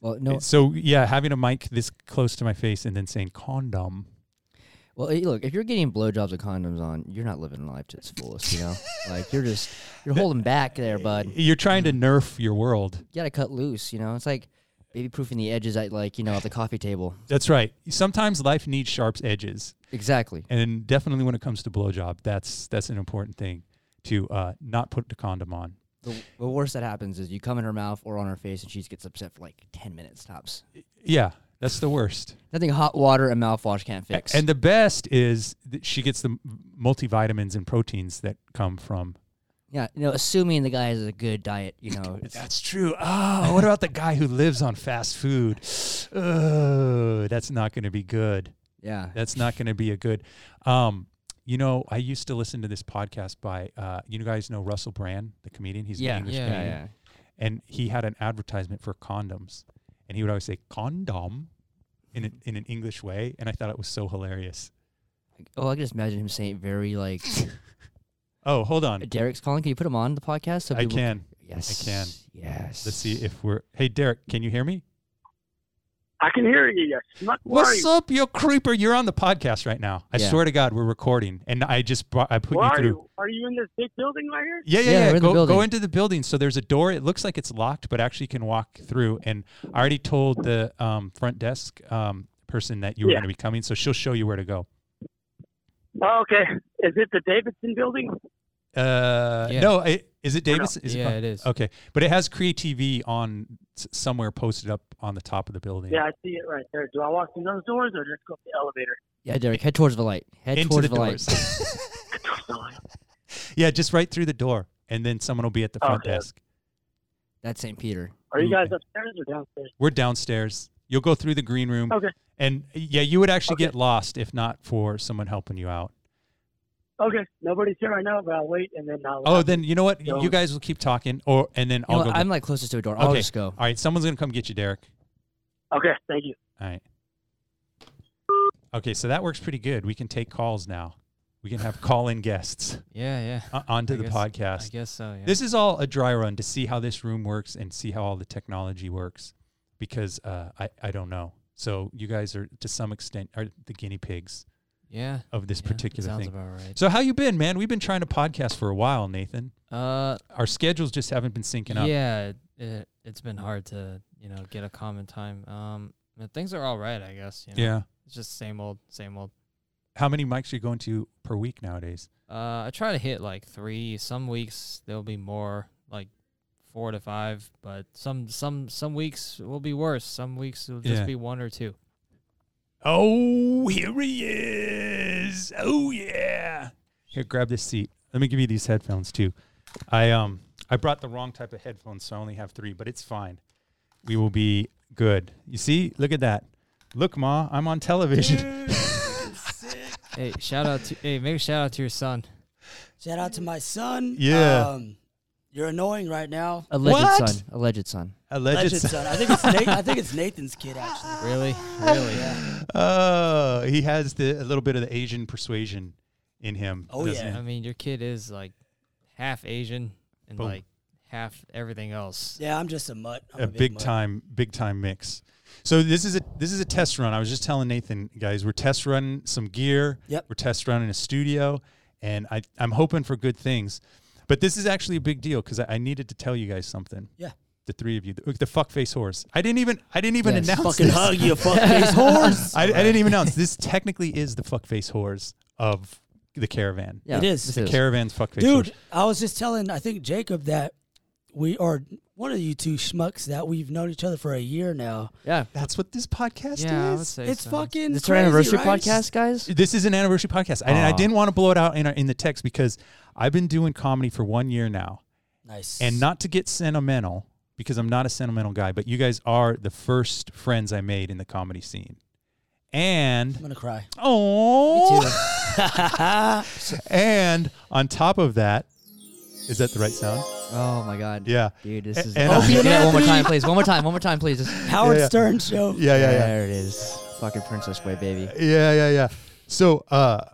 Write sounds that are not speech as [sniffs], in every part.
Well, no. So yeah, having a mic this close to my face and then saying condom. Well, hey, look, if you're getting blowjobs with condoms on, you're not living life to its fullest. [laughs] You know, like you're just you're holding back there, Uh, bud. You You're trying to nerf your world. gotta cut loose. You know, it's like baby proofing the edges at like you know at the coffee table. That's right. Sometimes life needs sharp edges, Exactly. and definitely when it comes to blowjob, that's that's an important thing to uh, not put the condom on. The, the worst that happens is you come in her mouth or on her face, and she just gets upset for like ten minutes tops. Yeah, that's the worst. [laughs] Nothing hot water and mouthwash can't A- fix. And the best is that she gets the m- multivitamins and proteins that come from. yeah, you know, assuming the guy has a good diet, you [laughs] know, it's, That's true. Oh, what about the guy who lives on fast [sighs] food? Oh, that's not going to be good. yeah, That's not going to be a good. Um, you know, I used to listen to this podcast by uh, you guys know Russell Brand, the comedian. He's Yeah, an English yeah, comedian, and he had an advertisement for condoms, and he would always say condom in an, in an English way, and I thought it was so hilarious. Oh, I can just imagine him saying it very like [laughs] Oh, hold on, Derek's calling. Can you put him on the podcast? So I people- can. Yes, can. Yes. Let's see if we're. Hey, Derek, can you hear me? I can hear you. You snuck What's up, you creeper? You're on the podcast right now. I Yeah. swear to God, we're recording, and I just brought, I put Where you are through. you? Are you in this big building right here? Yeah, yeah, Yeah, yeah. we're in the Go, go building. into the building. So there's a door. It looks like it's locked, but actually you can walk through. And I already told the um, front desk um, person that you were Yeah. going to be coming, so she'll show you where to go. Oh, okay. Is it the Davidson building? Uh, Yeah. No, i- is it Davidson? Is it yeah, called- it is. Okay, but it has Cree TV on s- somewhere posted up on the top of the building. Yeah, I see it right there. Do I walk through those doors or just go up the elevator? Yeah, Derek, head towards the light. Head into towards the the, light. doors. [laughs] yeah, just right through the door, and then someone will be at the front Okay. desk. That's St. Peter. Are you guys Okay. upstairs or downstairs? We're downstairs. You'll go through the green room. Okay. And yeah, you would actually Oh. Okay. get lost if not for someone helping you out. Okay, nobody's here right now, but I'll wait and then I'll. uh, Oh, then you know what? Yo. You guys will keep talking, or and You then know I'll what, go. get- I'm like closest to a door. I'll Okay. just go. All right, someone's gonna come get you, Derek. Okay, thank you. All right. Okay, so that works pretty good. We can take calls now. We can have call-in guests Yeah, yeah. o- onto I the guess- I podcast. guess so. Yeah. This is all a dry run to see how this room works and see how all the technology works, because uh, I I don't know. So you guys are to some extent are the guinea pigs yeah. of this yeah, particular sounds thing. about right. So how you been, man? We've been trying to podcast for a while, Nathan. Uh, Our schedules just haven't been syncing up. yeah. It, it's been hard to you know get a common time. Um, but things are all right, I guess. You know? Yeah. It's just same old, same old. How many mics are you going to per week nowadays? Uh, I try to hit like three. Some weeks there'll be more, like four to five. But some some some weeks will be worse. Some weeks it'll just Yeah. be one or two. Oh, here he is. Oh yeah. Here, grab this seat. Let me give you these headphones too. I um I brought the wrong type of headphones, so I only have three, but it's fine. We will be good. You see? Look at that. Look, Ma, I'm on television. Hey, shout out to hey, make a shout out to your son. Shout out to my son. Yeah. Um, you're annoying right now. Alleged What? son. Alleged son. [laughs] Alleged. Legend son. I think it's Nate, I think it's Nathan's kid actually. Really, really. Oh, he has the a little bit of the Asian persuasion in him. Oh, doesn't yeah. he? I mean, your kid is like half Asian and Boom. like half everything else. Yeah, I'm just a mutt. I'm a big mutt. time big time mix. So this is a this is a test run. I was just telling Nathan, guys, we're test running some gear. Yep. We're test running a studio, and I I'm hoping for good things. But this is actually a big deal because I, I needed to tell you guys something. Yeah. The three of you, the, the fuck face horse. I didn't even I didn't even Yes. announce Fucking this. hug you, [laughs] fuckface horse. I, I didn't even announce this. Technically, is the fuck face horse of the caravan. Yeah, It is. this The is. Caravan's fuck face horse. Dude, I was just telling I think Jacob that we are one of you two schmucks that we've known each other for a year now. Yeah. That's what this podcast Yeah, I would is. say It's so. fucking This is our crazy, anniversary right? podcast, guys. This is an anniversary podcast. I, didn't, I Aw. didn't want to blow it out in, our, in the text because I've been doing comedy for one year now. Nice. And not to get sentimental, because I'm not a sentimental guy, but you guys are the first friends I made in the comedy scene. I'm And, gonna cry. oh, [laughs] and on top of that, is that the right sound? Oh my God. Yeah. Dude, this is. And- oh, and- do that one more time, please. One more time. One more time, please. Just- [laughs] Howard Yeah, yeah. Stern show. [laughs] Yeah, yeah, yeah. There it is. Fucking Princess Way, baby. Yeah, yeah, yeah. So, uh,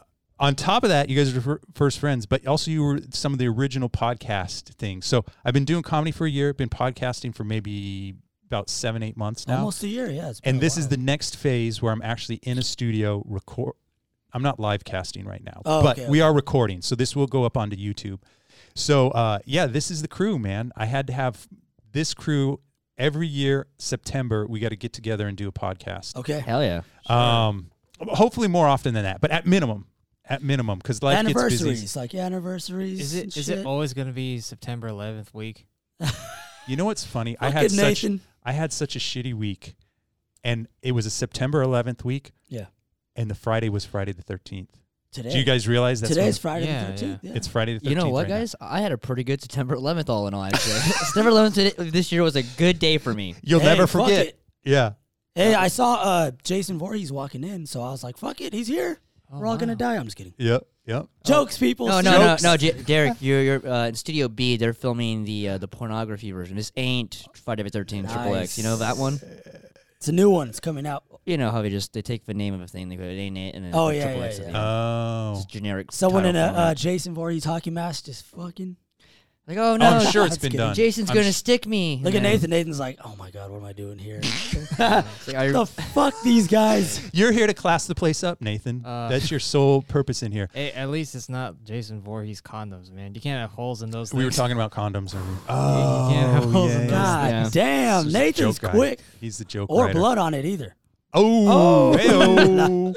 on top of that, you guys are fir- first friends, but also you were some of the original podcast things. So, I've been doing comedy for a year, been podcasting for maybe about seven, eight months now. Almost a year, yeah. it's been and a this is while. the next phase where I'm actually in a studio record. I'm not live casting right now, Oh, but okay, we are recording, so this will go up onto YouTube. So uh, yeah, this is the crew, man. I had to have this crew every year September. We got to get together and do a podcast. okay. Hell yeah. Um, hopefully more often than that, but at minimum, at minimum, because life gets busy. Anniversaries, like anniversaries. Is and it is shit. it always gonna be September 11th week? You know what's funny? I Look had at such Nathan. I had such a shitty week, and it was a September 11th week. Yeah. and the Friday was Friday the 13th. today. Do you guys realize that's when Today's Friday Yeah, the thirteenth. Yeah. It's Friday the 13th. You know what, right now. guys? I had a pretty good September 11th, all in all. Actually, [laughs] September 11th today- this year was a good day for [laughs] me. You'll Hey, never fuck forget. it. Yeah. Hey, I saw uh, Jason Voorhees walking in, so I was like, "Fuck it, he's here. Oh, We're all gonna die." I'm just kidding. Yep. Yep. Jokes, people. No, no, no, jokes. no, J- Derek, you're, you're uh, in Studio B. They're filming the uh, the pornography version. This ain't Friday the 13th Triple X. You know that one? It's a new one. It's coming out. You know how they just they take the name of a thing, they go it ain't it, and then Oh, it's yeah, Triple yeah, X at the yeah. end. Oh. It's generic. Someone in a title uh, format. Jason Voorhees hockey mask just fucking. like, oh no, I'm sure it's that's been good. done. Jason's I'm gonna sh- stick me. Look at And then- Nathan. Nathan's like, "Oh my god, what am I doing here? [laughs] It's like, are you- the fuck these guys." You're here to class the place up, Nathan. Uh, That's your sole purpose in here. A- at least it's not Jason Voorhees condoms, man. You can't have holes in those. We were things. talking about condoms. earlier. You can't Oh, have holes in those God Yeah. damn, He's a Nathan's joke guy. quick. He's the joke. Or writer. blood on it either. Oh. Oh. heyo.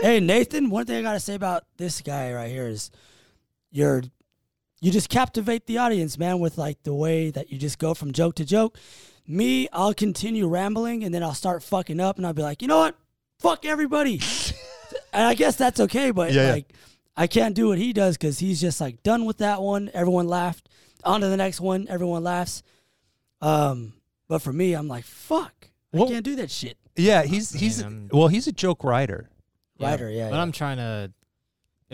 hey Nathan, one thing I gotta say about this guy right here is you're you just captivate the audience, man, with like the way that you just go from joke to joke. Me, I'll continue rambling and then I'll start fucking up and I'll be like, you know what? Fuck everybody. and I guess that's okay, but Yeah, yeah. like I can't do what he does because he's just like done with that one. Everyone laughed. On to the next one. Everyone laughs. Um, but for me, I'm like, fuck. Well- I can't do that shit. [laughs] yeah. He's he's Man, I'm- well. He's a joke writer. Writer, yeah. But yeah. I'm trying to.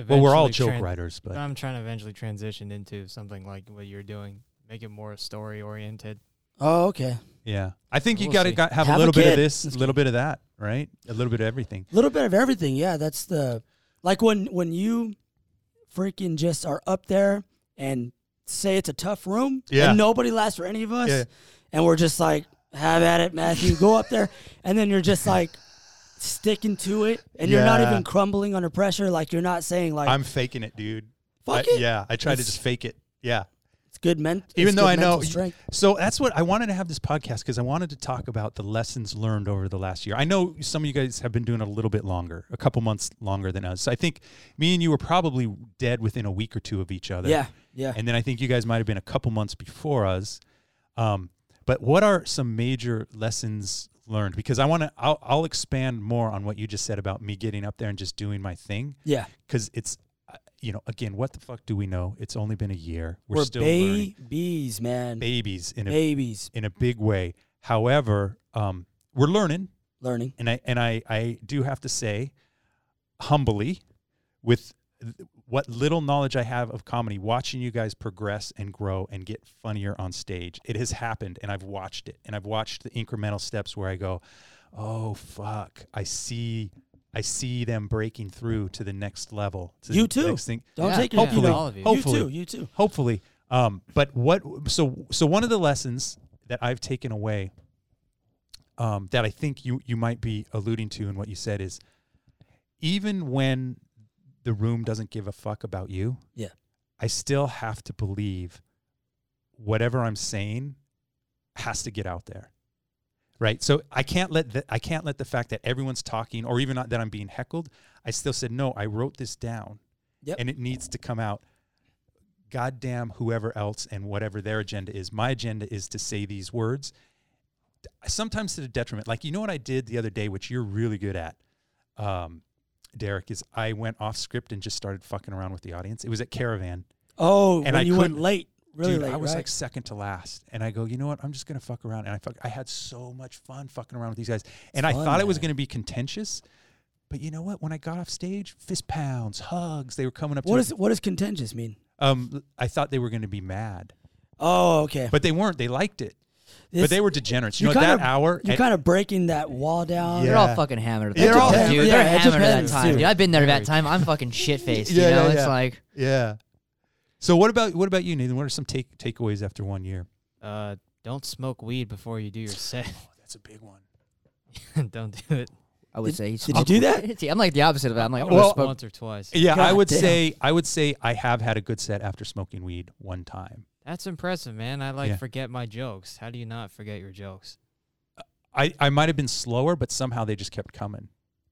Well, we're all eventually Um, joke tran- writers, But but I'm trying to eventually transition into something like what you're doing, make it more story oriented. oh, okay. yeah. I think you We'll gotta see. got, have, Have a a little bit of kid. this, a little bit of that, right? A little bit of everything. little bit of everything. Yeah, that's the like when when you freaking just are up there and say it's a tough room Yeah. and nobody laughs for any of us Yeah. and we're just like have at it Matthew go up there [laughs] and then you're just like sticking to it and you're not Yeah. even crumbling under pressure like you're not saying like I'm faking it, dude. Fuck I- it. Yeah, I try to It's- just fake it. Yeah. it's good men it's even though good I know mental strength. So that's what I wanted to have this podcast because I wanted to talk about the lessons learned over the last year. I know some of you guys have been doing it a little bit longer, a couple months longer than us. I think me and you were probably dead within a week or two of each other. Yeah, yeah. [laughs] And then I think you guys might have been a couple months before us. Um, but what are some major lessons learned? Because I want to, I'll, I'll expand more on what you just said about me getting up there and just doing my thing yeah. because it's, uh, you know, again, what the fuck do we know? It's only been a year. We're, We're, still learning. babies, man. babies in a Babies in a big way. However, um, we're learning, learning. and I and I I do have to say, humbly, with th- what little knowledge I have of comedy, watching you guys progress and grow and get funnier on stage, it has happened, and I've watched it, and I've watched the incremental steps where I go, oh fuck, I see. I see them breaking through to the next level. to You the too. next thing. Don't Yeah, take your hopefully. you, all of you. Hopefully. you too, you too. hopefully. Um, but what? So so one of the lessons that I've taken away, um, that I think you you might be alluding to in what you said is, even when the room doesn't give a fuck about you, Yeah. I still have to believe whatever I'm saying has to get out there. Right. So I can't let the, I can't let the fact that everyone's talking or even not that I'm being heckled. I still said, no, I wrote this down Yep. and it needs to come out. Goddamn whoever else and whatever their agenda is. My agenda is to say these words sometimes to the detriment. Like, you know what I did the other day, which you're really good at, um, Derek, is I went off script and just started fucking around with the audience. It was at Caravan. Oh, And and I you went couldn't- late, really Dude, late, I was right? like second to last, and I go, you know what? I'm just gonna fuck around, and I fuck. I had so much fun fucking around with these guys, and I fun, thought it was man. gonna be contentious, but you know what? When I got off stage, fist pounds, hugs, they were coming up. What to is what does contentious mean? Um, I thought they were gonna be mad, Oh, okay. but they weren't. They liked it, but It's- they were degenerates. You, you know, at that kinda- hour, you're at- kind of breaking that wall down. They're Yeah. all fucking hammered. at that They're all time, hammered. dude. Yeah, They're it hammered at that depends, time. dude. Dude, I've been there at [laughs] that time. I'm fucking shit faced. Yeah, you know, yeah, yeah. it's like [laughs] yeah. So what about what about you, Nathan? What are some take takeaways after one year? Uh, Don't smoke weed before you do your set. Oh, [laughs] That's a big one. Don't do it I would Did- say he did you smoked do weed. [laughs] that? See, I'm like the opposite of that. I'm like, I Well- well, smoke. once or twice. Yeah, I God would damn. say I would say I have had a good set after smoking weed one time. That's impressive, man. I like Yeah. forget my jokes. How do you not forget your jokes? I, I might have been slower, but somehow they just kept coming.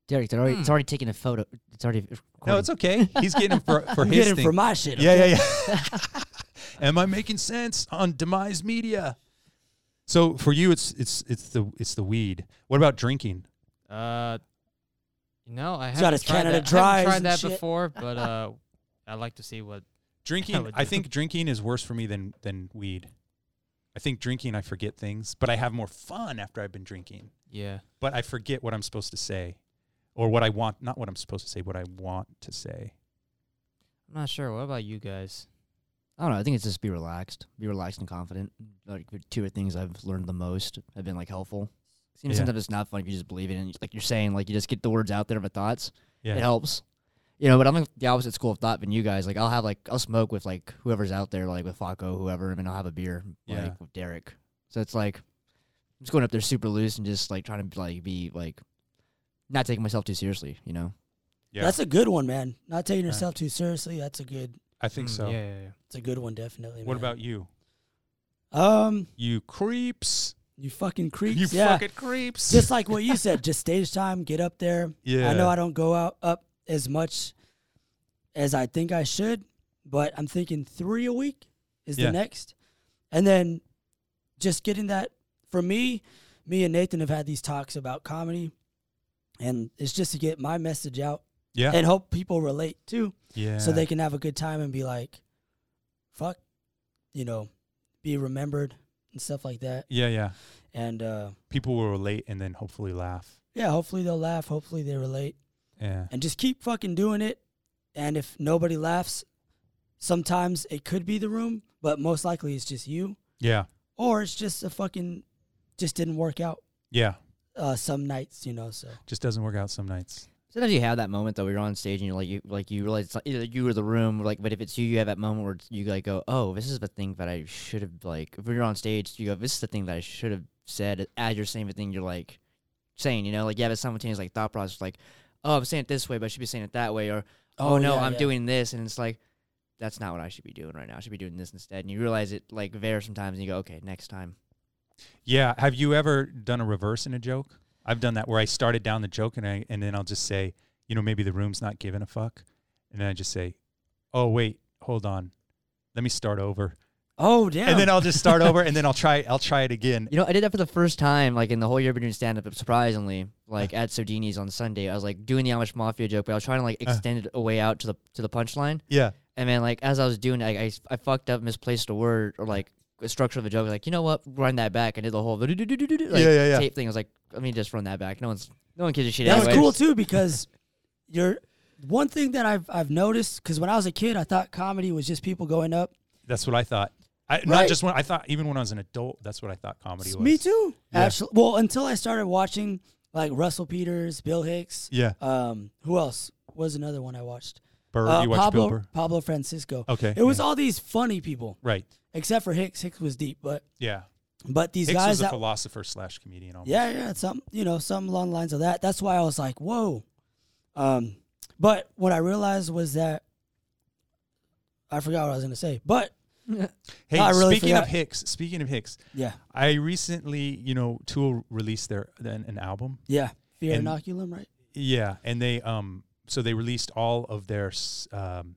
Derek, it's already, it's Hmm. already taken a photo. It's already. No, it's okay. He's getting him for, for [laughs] I'm his getting thing. for my [laughs] shit. yeah, yeah, yeah. [laughs] Am I making sense on Demise Media? So for you, it's it's it's the it's the weed. What about drinking? Uh, no, I He's haven't got his tried Canada that. I haven't Dries tried and that shit. before, but uh, [laughs] I like to see what. Drinking, would I do. think drinking is worse for me than than weed. I think drinking, I forget things, but I have more fun after I've been drinking. Yeah, But I forget what I'm supposed to say, or what I want, not what I'm supposed to say, what I want to say. I'm not sure. What about you guys? I don't know. I think it's just be relaxed, be relaxed and confident. Like the two things I've learned the most have been like helpful. Seems Yeah. sometimes it's not fun if you just believe it and like you're saying, like you just get the words out there of my thoughts. Yeah. It helps, you know. But I'm like the opposite school of thought than you guys. Like I'll have like I'll smoke with like whoever's out there, like with Faco, whoever, and then I'll have a beer like Yeah. with Derek. So it's like I'm just going up there super loose and just like trying to like be like not taking myself too seriously, you know. Yeah. That's a good one, man. Not taking Right. yourself too seriously. That's a good. I think Mm, so. Yeah, yeah, yeah. It's a good one, definitely. What man. about you? um? You creeps. You fucking creeps. You yeah. fucking creeps. Just like what you said, just stage time, get up there. yeah. I know I don't go out up as much as I think I should, but I'm thinking three a week is Yeah. the next. And then just getting that for me, me and Nathan have had these talks about comedy and it's just to get my message out Yeah. and hope people relate too. yeah. So they can have a good time and be like, fuck, you know, be remembered and stuff like that. Yeah, yeah. And uh People will relate and then hopefully laugh. yeah, hopefully they'll laugh, hopefully they relate. Yeah. and just keep fucking doing it. And if nobody laughs, sometimes it could be the room, but most likely it's just you, Yeah. or it's just a fucking just didn't work out Yeah. uh, some nights, you know. So Just doesn't work out some nights. Sometimes you have that moment though, where you're on stage and you're like, you like you realize it's not either you or the room. Like, but if it's you, you have that moment where it's- you like go, "Oh, this is the thing that I should have like." If you're on stage, you go, "This is the thing that I should have said." As you're saying the thing, you're like saying, you know, like you have a simultaneous like thought process, like, "Oh, I'm saying it this way, but I should be saying it that way," or "Oh, Oh, no, yeah, I'm yeah. doing this," and it's like, "That's not what I should be doing right now. I should be doing this instead." And you realize it like there sometimes, and you go, "Okay, next time." Yeah. Have you ever done a reverse in a joke? I've done that where I started down the joke and I and then I'll just say, you know, maybe the room's not giving a fuck. And then I just say, Oh wait, hold on. Let me start over. oh damn, And then I'll just start over and [laughs] then I'll try I'll try it again. You know, I did that for the first time, like in the whole year of doing stand up, surprisingly, like Uh. at Sodini's on Sunday. I was like doing the Amish Mafia joke, but I was trying to like Uh. extend it away out to the to the punchline. Yeah. And then like as I was doing it, I, I, I fucked up, misplaced a word or like the structure of the joke. I was like, you know what? Run that back. I did the whole like, Yeah, yeah, yeah. tape thing. I was like, let me just run that back. No one's no one gives a shit. that was anyways. cool too because [laughs] you're one thing that I've I've noticed because when I was a kid, I thought comedy was just people going up. That's what I thought. I, Not Right. just when I thought even when I was an adult, that's what I thought comedy was. Me too, Yeah. actually. Well, until I started watching like Russell Peters, Bill Hicks, Yeah. um, who else was another one I watched? Burr, Uh, you watch Pablo Bill Burr? Pablo Francisco. Okay. It was yeah. all these funny people, right. except for Hicks. Hicks was deep, but Yeah. but these Hicks guys was a that philosopher slash comedian almost. yeah yeah some you know some along the lines of that. That's why I was like whoa, um, but what I realized was that I forgot what I was gonna say, but Hey, No, I really speaking of forgot. Hicks, speaking of Hicks, yeah I recently, you know, Tool released their an, an album. yeah fear And- inoculum right Yeah, and they um so they released all of their s- um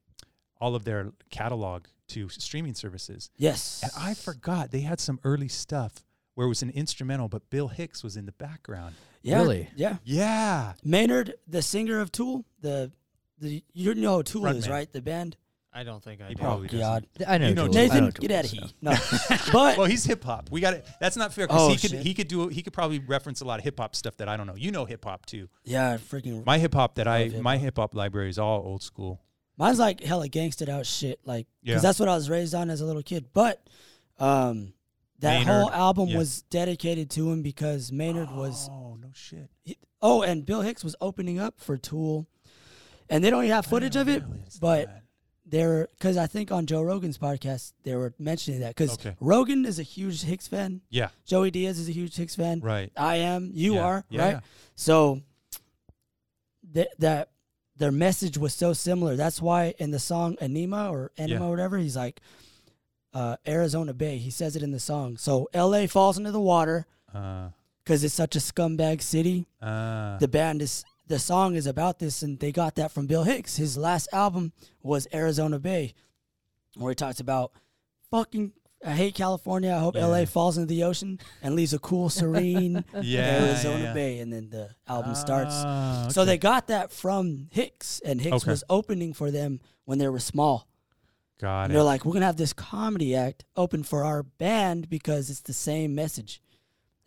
all of their catalog to s- streaming services. yes And I forgot they had some early stuff where it was an instrumental but Bill Hicks was in the background. yeah, Really? yeah Yeah. Maynard the singer of Tool the the you know who Tool is Frontman. right the band Oh, I don't think I He do. probably doesn't. God I know. You know Jules. I Nathan know get Jules, out of so. here no [laughs] but Well, he's hip hop. We got it. That's not fair because Oh, he could shit. he could do he could probably reference a lot of hip hop stuff that I don't know. You know hip hop too. yeah freaking My hip hop that I, Love hip my hip hop library is all old school. Mine's like hella gangstered out shit, like because Yeah. that's what I was raised on as a little kid. But um, that whole Maynard, album yeah. was dedicated to him because Maynard was. oh no shit. he- oh, and Bill Hicks was opening up for Tool, and they don't even have footage of it, but they're because I think on Joe Rogan's podcast they were mentioning that because Okay. Rogan is a huge Hicks fan. Yeah. Joey Diaz is a huge Hicks fan. Right. I am. You Yeah, are. yeah, right. yeah. So th- that their message was so similar. That's why in the song Anima or Anima Yeah. or whatever, he's like uh, Arizona Bay. He says it in the song. So L.A. falls into the water Uh, because it's such a scumbag city. uh, The band is the song is about this, and they got that from Bill Hicks. His last album was Arizona Bay, where he talks about fucking. I hate California. I hope Yeah. LA falls into the ocean and leaves a [laughs] cool, serene yeah, Arizona yeah, yeah. Bay, and then the album starts. Ah, So okay. they got that from Hicks, and Hicks Okay. was opening for them when they were small. got And it. they're like, we're gonna have this comedy act open for our band because it's the same message.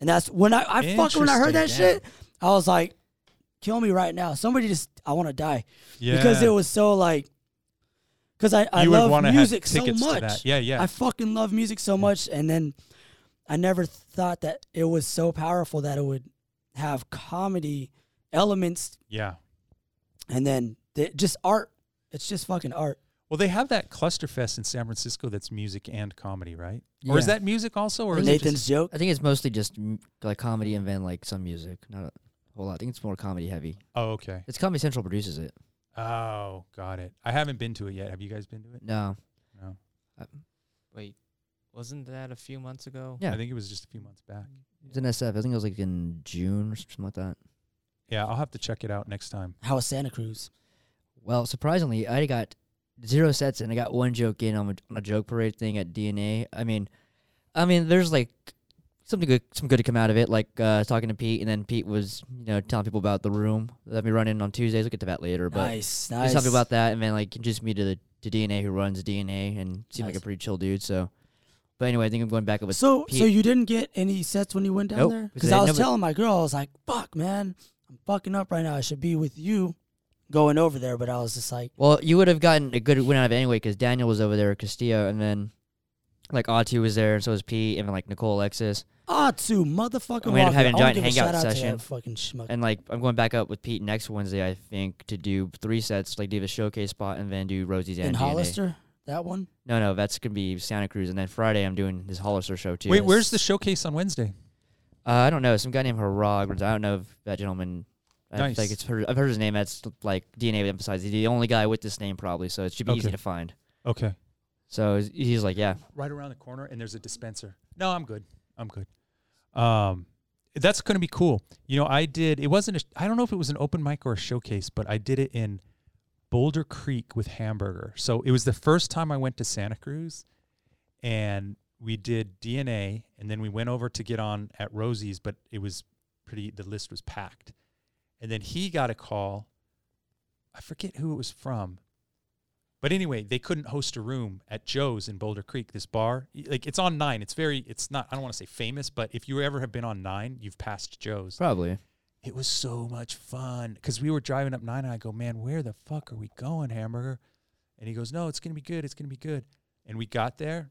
And that's when I, I fuck when I heard that Interesting, yeah. shit, I was like, kill me right now. Somebody just, I want to die yeah. because it was so like, because I, I You would love wanna have music so tickets to much. that. Yeah, yeah. I fucking love music so much, and then I never thought that it was so powerful that it would have comedy elements, yeah. and then th- just art. It's just fucking art. Well, they have that clusterfest in San Francisco that's music and comedy, right? Or is Yeah. that music also? Or is it Nathan's just- joke. I think it's mostly just m- like comedy and then like some music. Not a whole lot. I think it's more comedy heavy. Oh, okay. It's Comedy Central produces it. Oh, got it. I haven't been to it yet. Have you guys been to it? No, No. Wait, wasn't that a few months ago? Yeah. I think it was just a few months back. it's in SF. I think it was like in June or something like that. Yeah, I'll have to check it out next time. How was Santa Cruz? Well, surprisingly, I got zero sets and I got one joke in on a, on a joke parade thing at DNA. I mean, I mean, there's like something good, some good to come out of it. Like uh, talking to Pete, and then Pete was, you know, telling people about the room that we run in on Tuesdays. We'll get to that later, but nice, just nice. talking about that, and then like introduced me to the to DNA who runs DNA, and seemed like a Nice. pretty chill dude. So, but anyway, I think I'm going back up with so, so Pete. you didn't get any sets when you went down Nope, there? 'cause Because I I was never- telling my girl, I was like, "Fuck, man, I'm fucking up right now. I should be with you, going over there." But I was just like, Well, you would have gotten a good win out of it anyway because Daniel was over there, Castillo, and then like Atu was there, and so was Pete, and then, like Nicole, Alexis, "Ah, two motherfucking." We ended up Walker. having a I wanna giant give hangout shout out to that session. fucking schmuck. and like I'm going back up with Pete next Wednesday, I think, to do three sets, like do the showcase spot, and then do Rosie's in and DNA. Hollister, that one. No, no, that's gonna be Santa Cruz, and then Friday I'm doing this Hollister show too. Wait, where's the showcase on Wednesday? Uh, I don't know some guy named Harag. runs- I don't know if that gentleman. I Nice. think it's heard, I've heard his name. That's like DNA emphasizes. He's the only guy with this name probably, so it should be easy Okay. to find. Okay. So he's- he's like, yeah, Right around the corner, and there's a dispenser. No, I'm good. I'm good. Um, that's going to be cool. You know, I did. It wasn't. A, I don't know if it was an open mic or a showcase, but I did it in Boulder Creek with Hamburger. So it was the first time I went to Santa Cruz, and we did DNA, and then we went over to get on at Rosie's, but it was pretty. The list was packed, and then he got a call. I forget who it was from, but anyway, they couldn't host a room at Joe's in Boulder Creek, this bar. Y- Like it's on nine. It's very, it's not, I don't want to say famous, but if you ever have been on nine, you've passed Joe's. probably. It was so much fun because we were driving up nine and I go, man, where the fuck are we going, hamburger? And he goes, no, it's going to be good. It's going to be good. And we got there,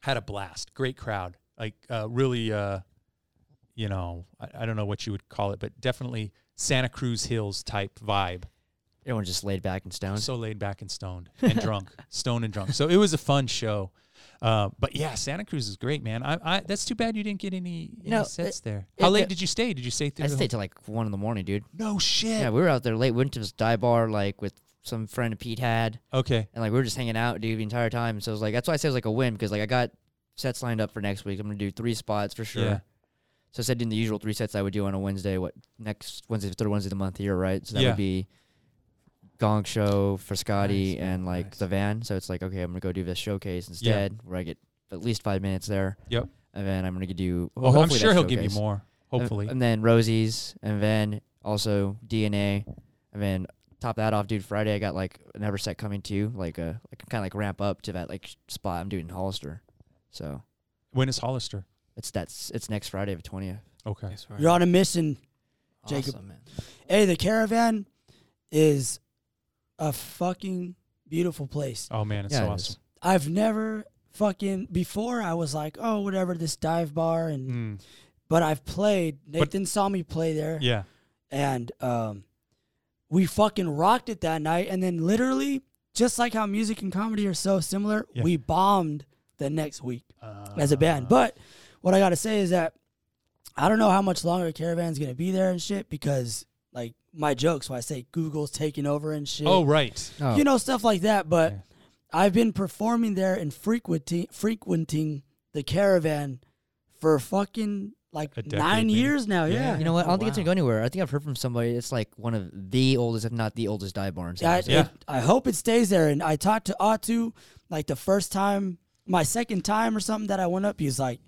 had a blast. Great crowd. Like uh, really, uh, you know, I, I don't know what you would call it, but definitely Santa Cruz Hills type vibe. Everyone's just laid back and stoned. So laid back and stoned [laughs] and drunk, stoned and drunk. So it was a fun show. Uh, but yeah, Santa Cruz is great, man. I, I that's too bad you didn't get any, any No, sets it- there. How it- late it- did you stay? Did you stay through? I the stayed till like one in the morning, dude. whole- no shit. Yeah, we were out there late. We went to this dive bar like with some friend Pete had, okay. and like we were just hanging out, dude, the entire time. So it was like that's why I say it was like a win because like I got sets lined up for next week. I'm gonna do three spots for sure. Yeah. So I said doing the usual three sets I would do on a Wednesday, what next Wednesday, third Wednesday of the month here, right? So that Yeah. would be Gong Show for Scotty Nice, man, and like nice. the van. So it's like okay, I'm gonna go do this showcase instead, where I get at least five minutes there. Yep. And then I'm gonna do. Well, I'm hopefully that sure he'll give you showcase. more. And- uh, Hopefully. And, then Rosie's, and then also DNA, and then top that off, dude. Friday I got like another set coming too, like a like kind of like ramp up to that like sh- spot I'm doing in Hollister. So when is Hollister? it's that's it's next Friday the twentieth. Okay. Yes, right. You're on a mission. Jacob. Awesome, man. Hey, the caravan is a fucking beautiful place. Oh man, it's Yeah, so it awesome. I've never fucking before I was like, oh, whatever, this dive bar and Mm, but I've played. Nathan saw me play there yeah. and um we fucking rocked it that night and then literally just like how music and comedy are so similar, Yeah. we bombed the next week as a band. But what I gotta say is that I don't know how much longer Caravan's gonna be there and shit because like my jokes when I say Google's taking over and shit. Oh right. Oh. you know stuff like that. But Yeah. I've been performing there and frequenting frequenting the Caravan for fucking like A decade, nine maybe. years now. Yeah. Yeah, You know what? I Oh, don't think it's gonna wow. go anywhere. I think I've heard from somebody. It's like one of the oldest, if not the oldest, dive bars. in I, Arizona. Yeah. it- I hope it stays there. And I talked to Atu like the first time, my second time or something that I went up. He was like,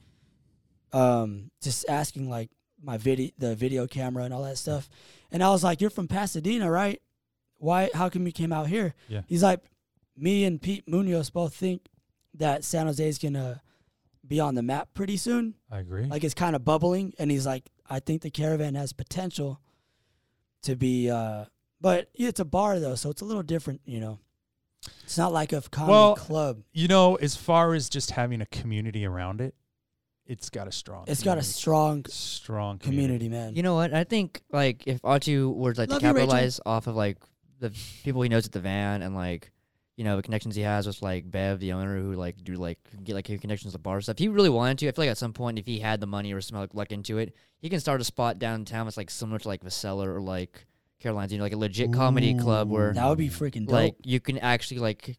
um, just asking like my video, the video camera and all that stuff. And I was like, "You're from Pasadena, right? Why? How come you came out here?" Yeah. He's like, "Me and Pete Munoz both think that San Jose is gonna be on the map pretty soon. I agree. Like it's kind of bubbling." And he's like, "I think the caravan has potential to be, uh, but it's a bar though, so it's a little different, you know. It's not like a comedy Well, club. you know, as far as just having a community around it, it's got a strong. It's got a community. strong strong community. community, man. You know what? I think like if Atu were like Love to you, Rachel. capitalize off of like the people he knows at the van and like you know the connections he has with like Bev, the owner, who like do like get like connections to bar stuff. If he really wanted to, I feel like at some point if he had the money or some like luck into it, he can start a spot downtown that's like similar to like Vasella or like Caroline's, you know, like a legit comedy club where that would be freaking dope. like you can actually like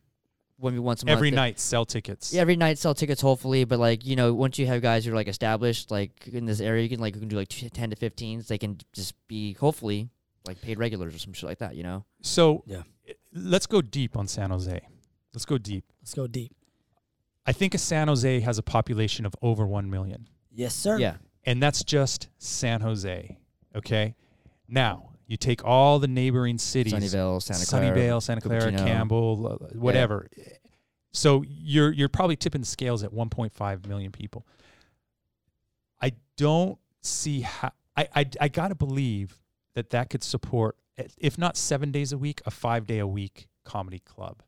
when we once a month Every if- night, sell tickets. yeah, every night sell tickets, hopefully. But like you know, once you have guys who are like established, like in this area, you can like you can do like t- ten to fifteens. They can just be hopefully like paid regulars or some shit like that. You know, So Yeah. i- let's go deep on San Jose. Let's go deep. Let's go deep. I think a San Jose has a population of over 1 million. Yes, sir. yeah. And that's just San Jose. Okay. Now, you take all the neighboring cities Sunnyvale, Santa Clara, Sunnyvale, Santa Clara, Cupertino. Campbell, uh, whatever. So you're you're probably tipping scales at 1.5 million people. I don't see how I I, I got to believe that that could support i- if not 7 days a week, a 5 day a week comedy club.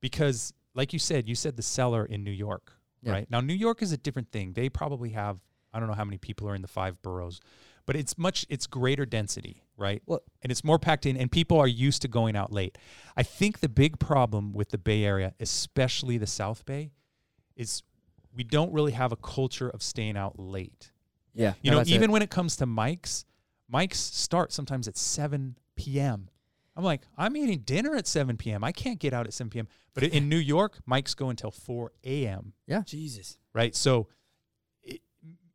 Because like you said, you said the seller in New York, Yeah. right? Now New York is a different thing. They probably have I don't know how many people are in the five boroughs, but it's much it's greater density, right? Well- and it's more packed in and people are used to going out late. I think the big problem with the Bay Area, especially the South Bay, is we don't really have a culture of staying out late. Yeah, You No, know, that's it. even when it comes to mics, mics start sometimes at 7 p.m. I'm like, I'm eating dinner at 7 p.m. I can't get out at 7 p.m. But in New York, mics go until 4 a.m Jesus. right? So it,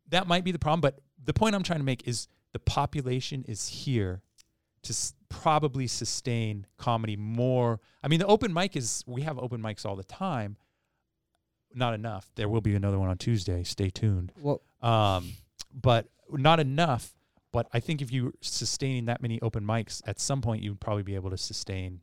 that might be the problem. But the point I'm trying to make is the population is here to s- probably sustain comedy more. I mean, the open mic is, we have open mics all the time. Not enough. There will be another one on Tuesday. Stay tuned. well, Um, but not enough. But I think if you were sustaining that many open mics, at some point you would probably be able to sustain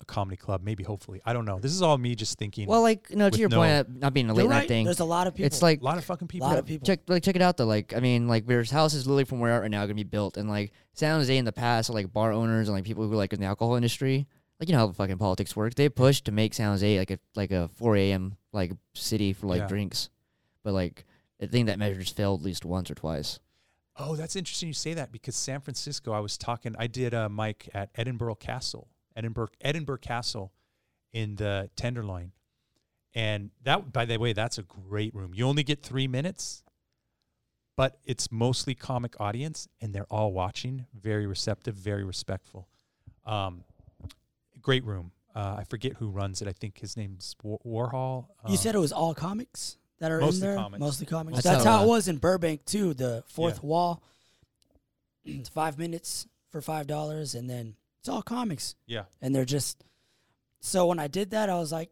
a comedy club, maybe hopefully. I don't know. This is all me just thinking. well, like no, to with your no- point, uh, not being a You're late right. night thing. There's a lot of people. It's like a lot of fucking people. lot of people. check like check it out though. Like I mean, like there's houses literally from where we are right now gonna be built, and like San Jose in the past, like bar owners and like people who like in the alcohol industry, like you know how the fucking politics work. They pushed to make San Jose like a like a 4 a.m. like city for like Yeah. drinks, but like I think that measure's failed at least once or twice. Oh, that's interesting you say that because San Francisco, I was talking, I did a mic at Edinburgh Castle, Edinburgh, Edinburgh Castle in the Tenderloin. And that, by the way, that's a great room. You only get three minutes, but it's mostly comic audience and they're all watching, very receptive, very respectful. Um, great room. Uh, I forget who runs it. I think his name's War- Warhol. you uh, said it was all comics that are in mostly there. comics. Mostly comics. That's That's how, how, uh, it was in Burbank too. The fourth Yeah. wall. [clears throat] five minutes for five dollars, and then it's all comics, yeah. and they're just. So when I did that, I was like,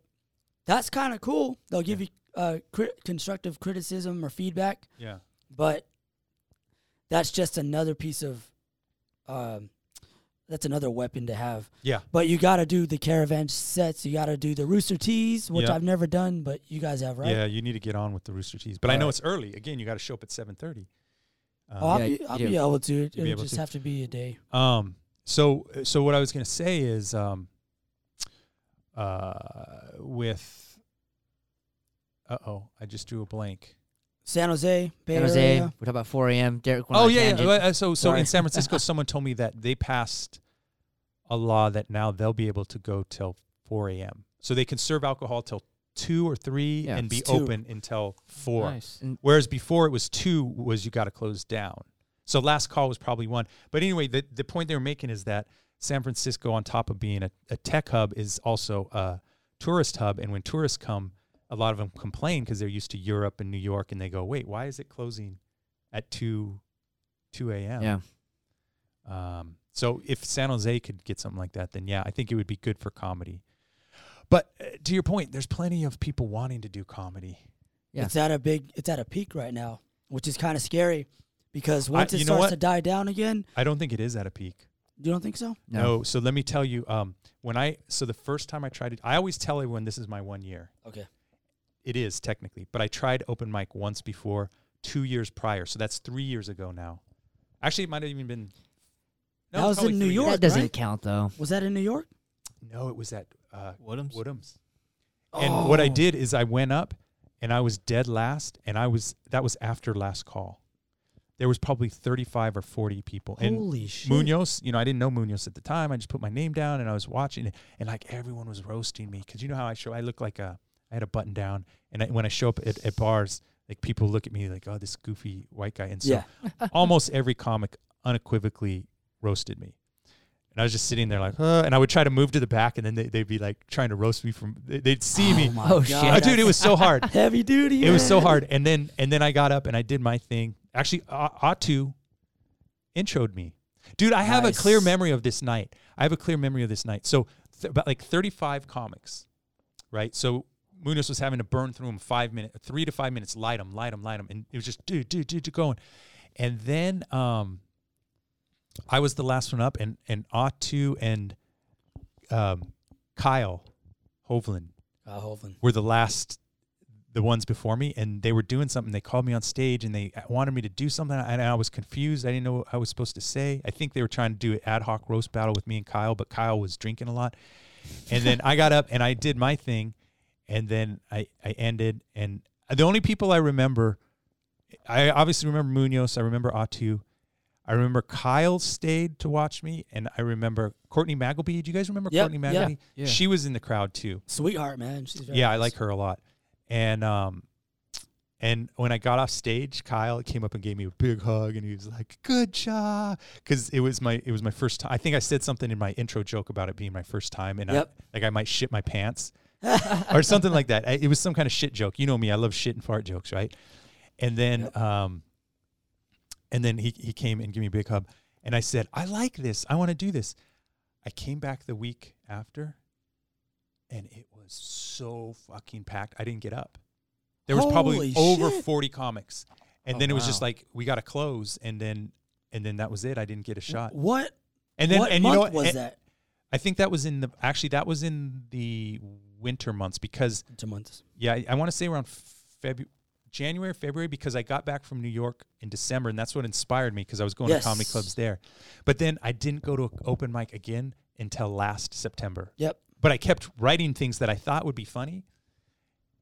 "That's kind of cool." They'll give you uh, crit- constructive criticism or feedback, Yeah. but that's just another piece of. Um, that's another weapon to have. Yeah. But you got to do the caravan sets. You got to do the rooster teas, which Yeah. I've never done, but you guys have, right? Yeah, you need to get on with the Rooster Tees. But I All know right. it's early. Again, you got to show up at Um, 7:30. Oh, I'll Yeah, be, you I'll do. be able to. be It'll able just to. have to be a day. Um. So so what I was gonna say is um. Uh, with. Uh oh, I just drew a blank. San Jose, Bay San Jose, Area. we talk about 4 a.m. Derek. went Oh on a yeah, yeah. tangent. uh, So [laughs] so Sorry. in San Francisco, someone told me that they passed a law that now they'll be able to go till 4 a.m. So they can serve alcohol till 2 or 3 Yeah, and be it's two. open until 4. Nice. Whereas before it was 2 was you got to close down. So last call was probably 1. But anyway, the, the point they were making is that San Francisco, on top of being a, a tech hub, is also a tourist hub. And when tourists come, a lot of them complain because they're used to Europe and New York, and they go, "Wait, why is it closing at two two a.m.?" Yeah. Um, so if San Jose could get something like that, then yeah, I think it would be good for comedy. But uh, to your point, there's plenty of people wanting to do comedy. Yeah. It's at a big. It's at a peak right now, which is kind of scary, because once it you know starts what? to die down again, I don't think it is at a peak. you don't think so? No. So let me tell you, um, when I so the first time I tried it, I always tell everyone this is my one year. Okay. It is technically, but I tried open mic once before, two years prior. So that's three years ago now. Actually, it might have even been. That it's was in probably New three years. York, That doesn't right? count though. Was that in New York? No, it was at uh, Woodhams. Woodhams. And what I Oh. did is I went up, and I was dead last, and I was that was after last call. There was probably thirty-five or forty people, and Holy shit! Munoz, you know, I didn't know Munoz at the time. I just put my name down and I was watching it, and like everyone was roasting me because you know how I show I look like a I had a button down, and I, when I show up at, at bars, like people look at me like, oh, this goofy white guy, and so yeah. [laughs] almost every comic unequivocally roasted me. And I was just sitting there like, huh, and I would try to move to the back, and then they, they'd be like trying to roast me from. they- They'd see me. my Oh, God, shit. Oh, dude, it that's was so hard. [laughs] heavy duty. It was so man. hard. And then and then I got up and I did my thing. Actually, A- Atu introed me. Dude, I have Nice. a clear memory of this night. I have a clear memory of this night. So th- about like 35 comics, right? So Munoz was having to burn through them five minutes, three to five minutes, light them, light them, light them. And it was just, dude, dude, dude, dude, going. And then um, I was the last one up, and and Atu and um, Kyle Hovland Uh, Hovland. were the last the ones before me and they were doing something they called me on stage and they wanted me to do something and i was confused i didn't know what i was supposed to say i think they were trying to do an ad hoc roast battle with me and kyle but kyle was drinking a lot and then i got up and i did my thing and then i, I ended and the only people i remember i obviously remember munoz i remember atu i remember kyle stayed to watch me and i remember courtney magleby do you guys remember Yep, courtney yeah. magleby Yeah. she was in the crowd too Sweetheart, man. She's very yeah, I nice. like her a lot. And um, and when I got off stage, Kyle came up and gave me a big hug, and he was like, "Good job," because it was my it was my first time. I think I said something in my intro joke about it being my first time, and Yep. I, like I might shit my pants or something like that. I, it was some kind of shit joke. You know me, I love shit and fart jokes, right? And then um, and then he he came and gave me a big hug, and I said, "I like this. I want to do this." I came back the week after and it was so fucking packed. I didn't get up. There was probably Holy over shit. 40 comics. And Oh, then it was just wow. like we got to close and then and then that was it. I didn't get a shot. What? And then what and month you know what? was And that? I think that was in the actually that was in the winter months because Two months. yeah, I, I want to say around February January, February, because I got back from New York in December, and that's what inspired me because I was going Yes. to comedy clubs there. But then I didn't go to a open mic again until last September Yep. but I kept writing things that I thought would be funny.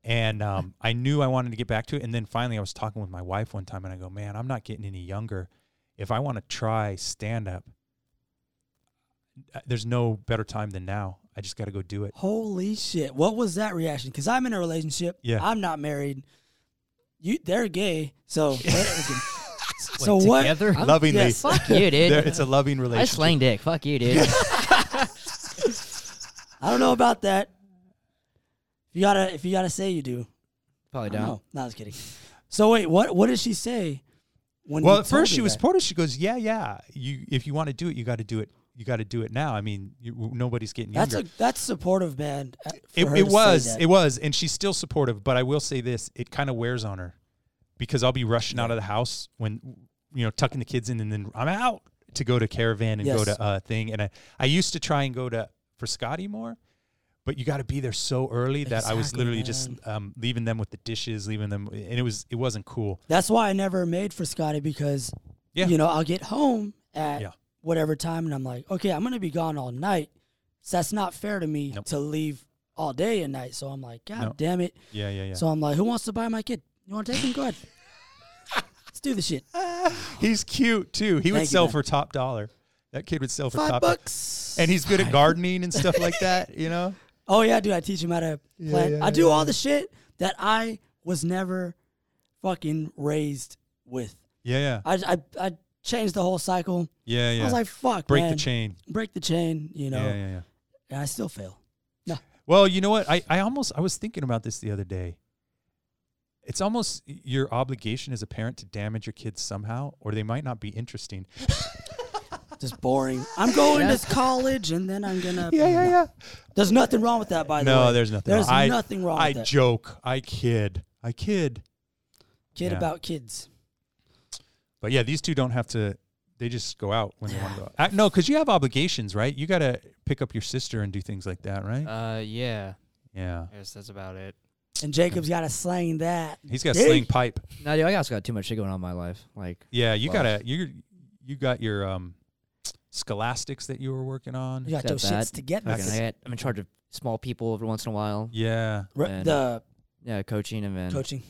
And um, I knew I wanted to get back to it. And then finally, I was talking with my wife one time and I go, man, I'm not getting any younger. If I want to try stand up, there's no better time than now. I just got to go do [laughs] it. Holy shit! What was that reaction? Because I'm in a relationship. Yeah. I'm not married. You, they're gay. [laughs] So, so Wait, what? together? I'm- Lovingly. yes. [laughs] Fuck you, dude. There- it's a loving I relationship. slang dick. Fuck you, dude. [laughs] I don't know about that. If you gotta, if you gotta say you do. Probably I don't don't. know. No, I was kidding. So wait, what? What did she say? When well, you at first told she her was that? Porter. She goes, yeah, yeah. You, if you want to do it, you got to do it. You got to do it now. I mean, you, nobody's getting That's younger. a that's supportive, man. uh, for it, her it to say was that. it was and she's still supportive but i will say this it kind of wears on her because i'll be rushing out of the house when you know tucking the kids in and then i'm out to go to caravan and go Yes. to uh thing and I, I used to try and go to for scotty more but you got to be there so early that i was Exactly, literally just um, leaving them with the dishes leaving them and it was it wasn't cool That's why I never made for Scotty because, Yeah. you know, I'll get home at Yeah. whatever time and I'm like, okay, I'm going to be gone all night. So that's not fair to me Nope. to leave all day and night. So I'm like, God No. damn it. yeah yeah yeah So I'm like, who wants to buy my kid? You want to take him? [laughs] Go ahead. Let's do the shit. he's cute too he would Thank you, sell man. for top dollar That kid would sell for Five top. bucks. And he's [laughs] good at gardening and stuff like that, you know? Oh yeah, dude, I teach him how to Yeah, plant. yeah, I do yeah, all yeah. the shit that I was never fucking raised with. Yeah, yeah. I I, I changed the whole cycle. Yeah, yeah. I was like, fuck, Break the man. chain. Break the chain, you know. Yeah, yeah, yeah. And I still fail. Well, you know what? I, I almost I was thinking about this the other day. It's almost your obligation as a parent to damage your kids somehow, or they might not be interesting. Just boring. I'm going [laughs] to college and then I'm gonna. yeah. There's nothing wrong with that, by the way. no, there's nothing. There's wrong. I- nothing wrong I with that. joke. I kid. I kid. Kid yeah. about kids. But yeah, these two don't have to. They just go out when they want to go out. Uh, No, because you have obligations, right? You got to pick up your sister and do things like that, right? Uh, yeah. yeah. I guess that's about it. And Jacob's got to slang that. He's got Hey. sling pipe. No, dude, I also got too much shit going on in my life. Like, Yeah, you Wow. gotta you you got your um scholastics that you were working on. You got Got those that. shits together. fucking, I got- I'm in charge of small people every once in a while. Yeah, Re- Man. the Yeah, coaching and then coaching,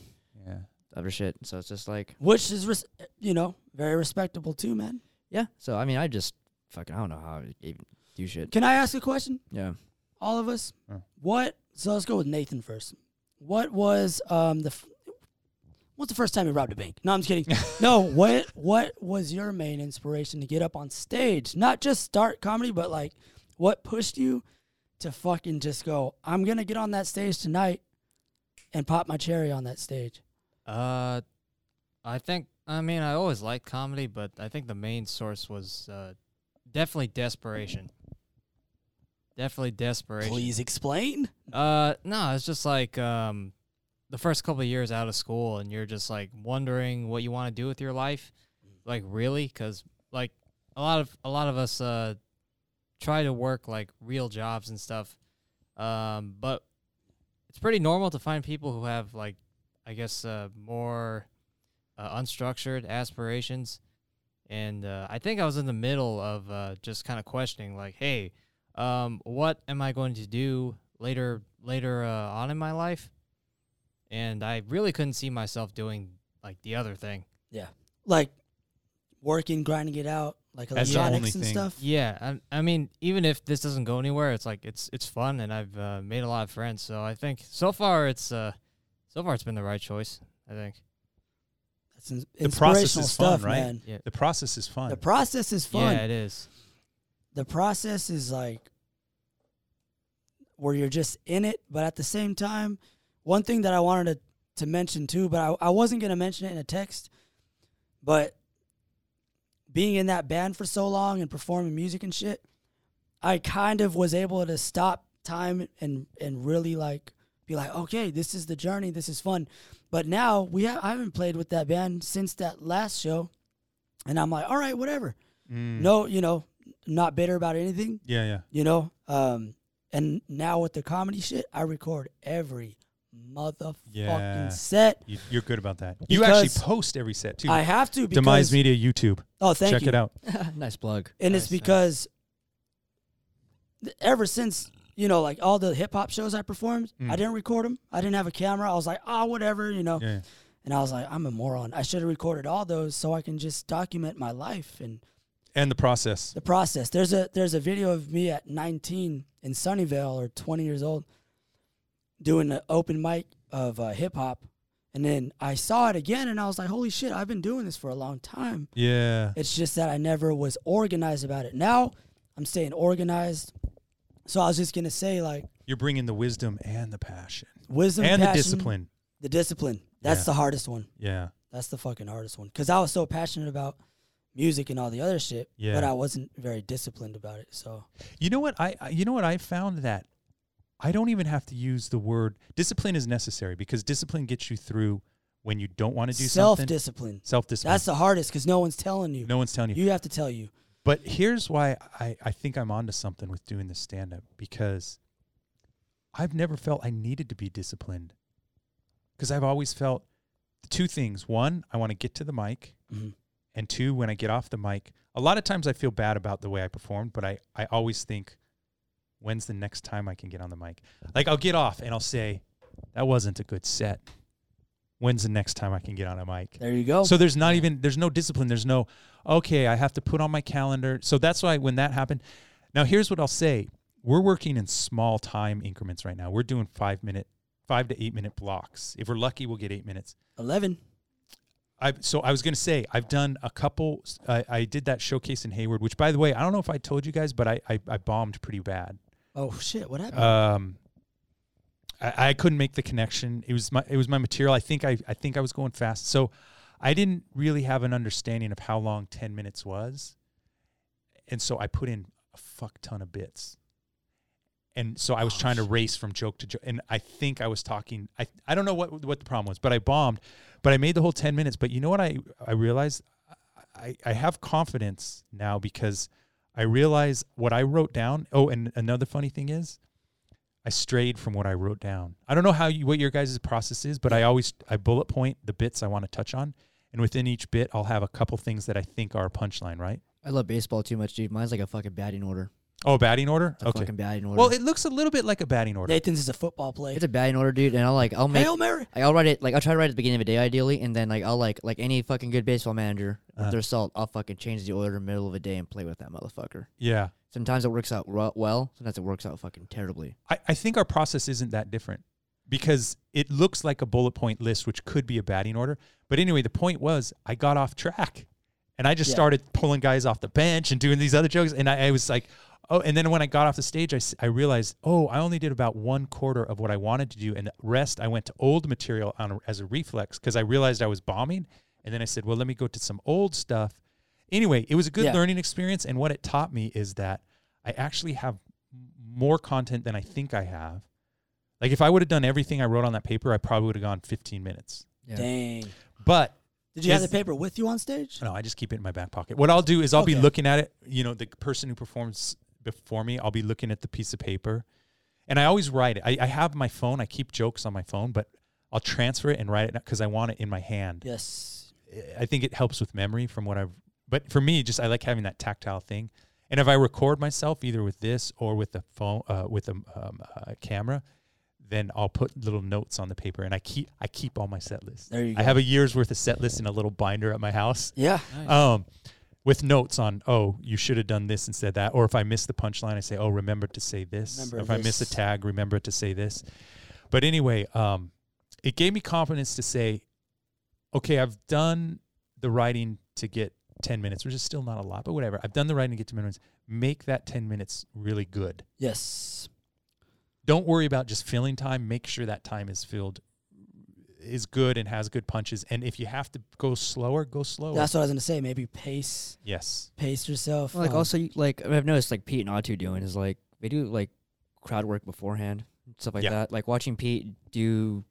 yeah. other shit. So it's just like, which is res- you know very respectable too, man. yeah. So I mean, I just fucking I don't know how I even do shit. Can I ask a question? Yeah. [laughs] all of us. Mm. What? So let's go with Nathan first. What was um the? F- What's the first time you robbed a bank? No, I'm [laughs] just kidding. no, what what was your main inspiration to get up on stage? Not just start comedy, but like what pushed you to fucking just go? I'm gonna get on that stage tonight and pop my cherry on that stage. Uh, I think I mean I always liked comedy, but I think the main source was uh, definitely desperation. Definitely desperation. Please explain. Uh, no, it's just like um, the first couple of years out of school, and you're just like wondering what you want to do with your life, like really, because like a lot of a lot of us uh try to work like real jobs and stuff, um, but it's pretty normal to find people who have like I guess uh more uh, unstructured aspirations, and uh, I think I was in the middle of uh just kind of questioning like, hey um, what am I going to do later later uh, on in my life? And I really couldn't see myself doing like the other thing. Like working, grinding it out, like That's the electronics only and thing. stuff. Yeah, I, I mean, even if this doesn't go anywhere, it's like it's it's fun, and I've uh, made a lot of friends. So I think so far it's uh, so far it's been the right choice. I think. That's ins- The process inspirational is fun, stuff, right? man. Yeah. The process is fun. The process is fun. Yeah, it is. the process is like where you're just in it, but at the same time, one thing that I wanted to, to mention too, but I, I wasn't gonna mention it in a text, but being in that band for so long and performing music and shit, I kind of was able to stop time and and really like be like, okay, this is the journey, this is fun. But now we ha- I haven't played with that band since that last show, and I'm like, all right, whatever. Mm. No, you know, not bitter about anything, Yeah, yeah. you know. Um, and now with the comedy shit, I record every motherfucking Yeah. set. You, you're good about that. You actually Because- post every set too. I have to because Demise Media YouTube. Oh, thank Check you. it out. nice plug. And it's Nice, nice. because th- ever since you know, like all the hip hop shows I performed, Mm. I didn't record them. I didn't have a camera. I was like, ah, whatever, you know. Yeah, yeah. And I was like, I'm a moron. I should have recorded all those so I can just document my life and and the process. the process. There's a there's a video of me at 19 in Sunnyvale or 20 years old doing an open mic of uh, hip hop, and then I saw it again and I was like, holy shit, I've been doing this for a long time. Yeah, It's just that I never was organized about it. Now I'm staying organized. So I was just gonna say like you're bringing the wisdom and the passion wisdom and the passion, discipline. The discipline. That's Yeah. the hardest one. Yeah, That's the fucking hardest one. Cause I was so passionate about music and all the other shit, Yeah. but I wasn't very disciplined about it. So you know what I? I- You know what I found that I don't even have to use the word discipline is necessary because discipline gets you through when you don't want to do self something. discipline. Self discipline. That's the hardest because no one's telling you. no one's telling you. You have to tell you. But here's why I, I think I'm onto something with doing this stand up because I've never felt I needed to be disciplined. Because I've always felt two things. One, I want to get to the mic. Mhm. And two, when I get off the mic, a lot of times I feel bad about the way I performed, but I, I always think, when's the next time I can get on the mic? Like I'll get off and I'll say, that wasn't a good set. When's the next time I can get on a mic? There you go. So there's not even there's no discipline. There's no okay. I have to put on my calendar. So that's why when that happened. Now here's what I'll say: We're working in small time increments right now. We're doing five minute, five to eight minute blocks. If we're lucky, we'll get eight minutes. 11. I so I was gonna say I've done a couple. I, I did that showcase in Hayward, which by the way I don't know if I told you guys, but I I, I bombed pretty bad. Oh, shit. What happened? Um, I, I couldn't make the connection. It was my it was my material. I think I I think I was going fast, so I didn't really have an understanding of how long ten minutes was, and so I put in a fuck ton of bits. And so I was trying to race from joke to joke, and I think I was talking. I I don't know what what the problem was, but I bombed. But I made the whole ten minutes. But you know what I I realized I I have confidence now because I realize what I wrote down. Oh, and another funny thing is, I strayed from what I wrote down. I don't know how you, what your guys' process is, but I always I bullet point the bits I want to touch on, and within each bit, I'll have a couple things that I think are a punchline. Right? I love baseball too much, dude. Mine's like a fucking batting order. Oh, batting order. It's a okay. fucking batting order. Well, it looks a little bit like a batting order. Nathan's is a football play. it's a batting order, dude. And I'll like I'll make Hail Mary. like, I'll write it like I'll try to write it at the beginning of a day ideally, and then like I'll like like any fucking good baseball manager Uh-huh. with their salt, I'll fucking change the order in the middle of a day and play with that motherfucker. yeah. Sometimes it works out ru- well. Sometimes it works out fucking terribly. I, I think our process isn't that different because it looks like a bullet point list, which could be a batting order. But anyway, the point was I got off track and I just Yeah. started pulling guys off the bench and doing these other jokes. And I, I was like, oh, and then when I got off the stage, I, s- I realized, oh, I only did about one quarter of what I wanted to do. And the rest, I went to old material on, a- as a reflex because I realized I was bombing. And then I said, well, let me go to some old stuff. Anyway, it was a good Yeah. learning experience. And what it taught me is that I actually have more content than I think I have. Like if I would have done everything I wrote on that paper, I probably would have gone 15 minutes. Yeah. Dang. But Did you have the Is- paper with you on stage? no, I just keep it in my back pocket. What I'll do is I'll be Okay. looking at it. You know, the person who performs before me, I'll be looking at the piece of paper, and I always write it. I, I have my phone. I keep jokes on my phone, but I'll transfer it and write it because I want it in my hand. Yes. I think it helps with memory from what I've. But for me, just I like having that tactile thing. And if I record myself either with this or with a phone, uh, with a um, uh, camera, then I'll put little notes on the paper, and I keep I keep all my set lists. There you I go. have a year's worth of set lists in a little binder at my house, Yeah. Uh, um, with notes on. Oh, you should have done this instead of that. Or if I miss the punchline, I say, oh, remember to say this. Remember if I miss a this. tag, remember to say this. But anyway, um, it gave me confidence to say, okay, I've done the writing to get 10 minutes, which is still not a lot, but whatever. I've done the writing to get 10 minutes. Make that 10 minutes really good. Yes. Don't worry about just filling time. Make sure that time is filled, is good, and has good punches. And if you have to go slower, go slower. That's what I was gonna say. Maybe pace, yes. pace yourself. Well, like um, also you- like I've noticed like Pete and Atu doing is like they do like crowd work beforehand and stuff like Yeah. that. Like watching Pete do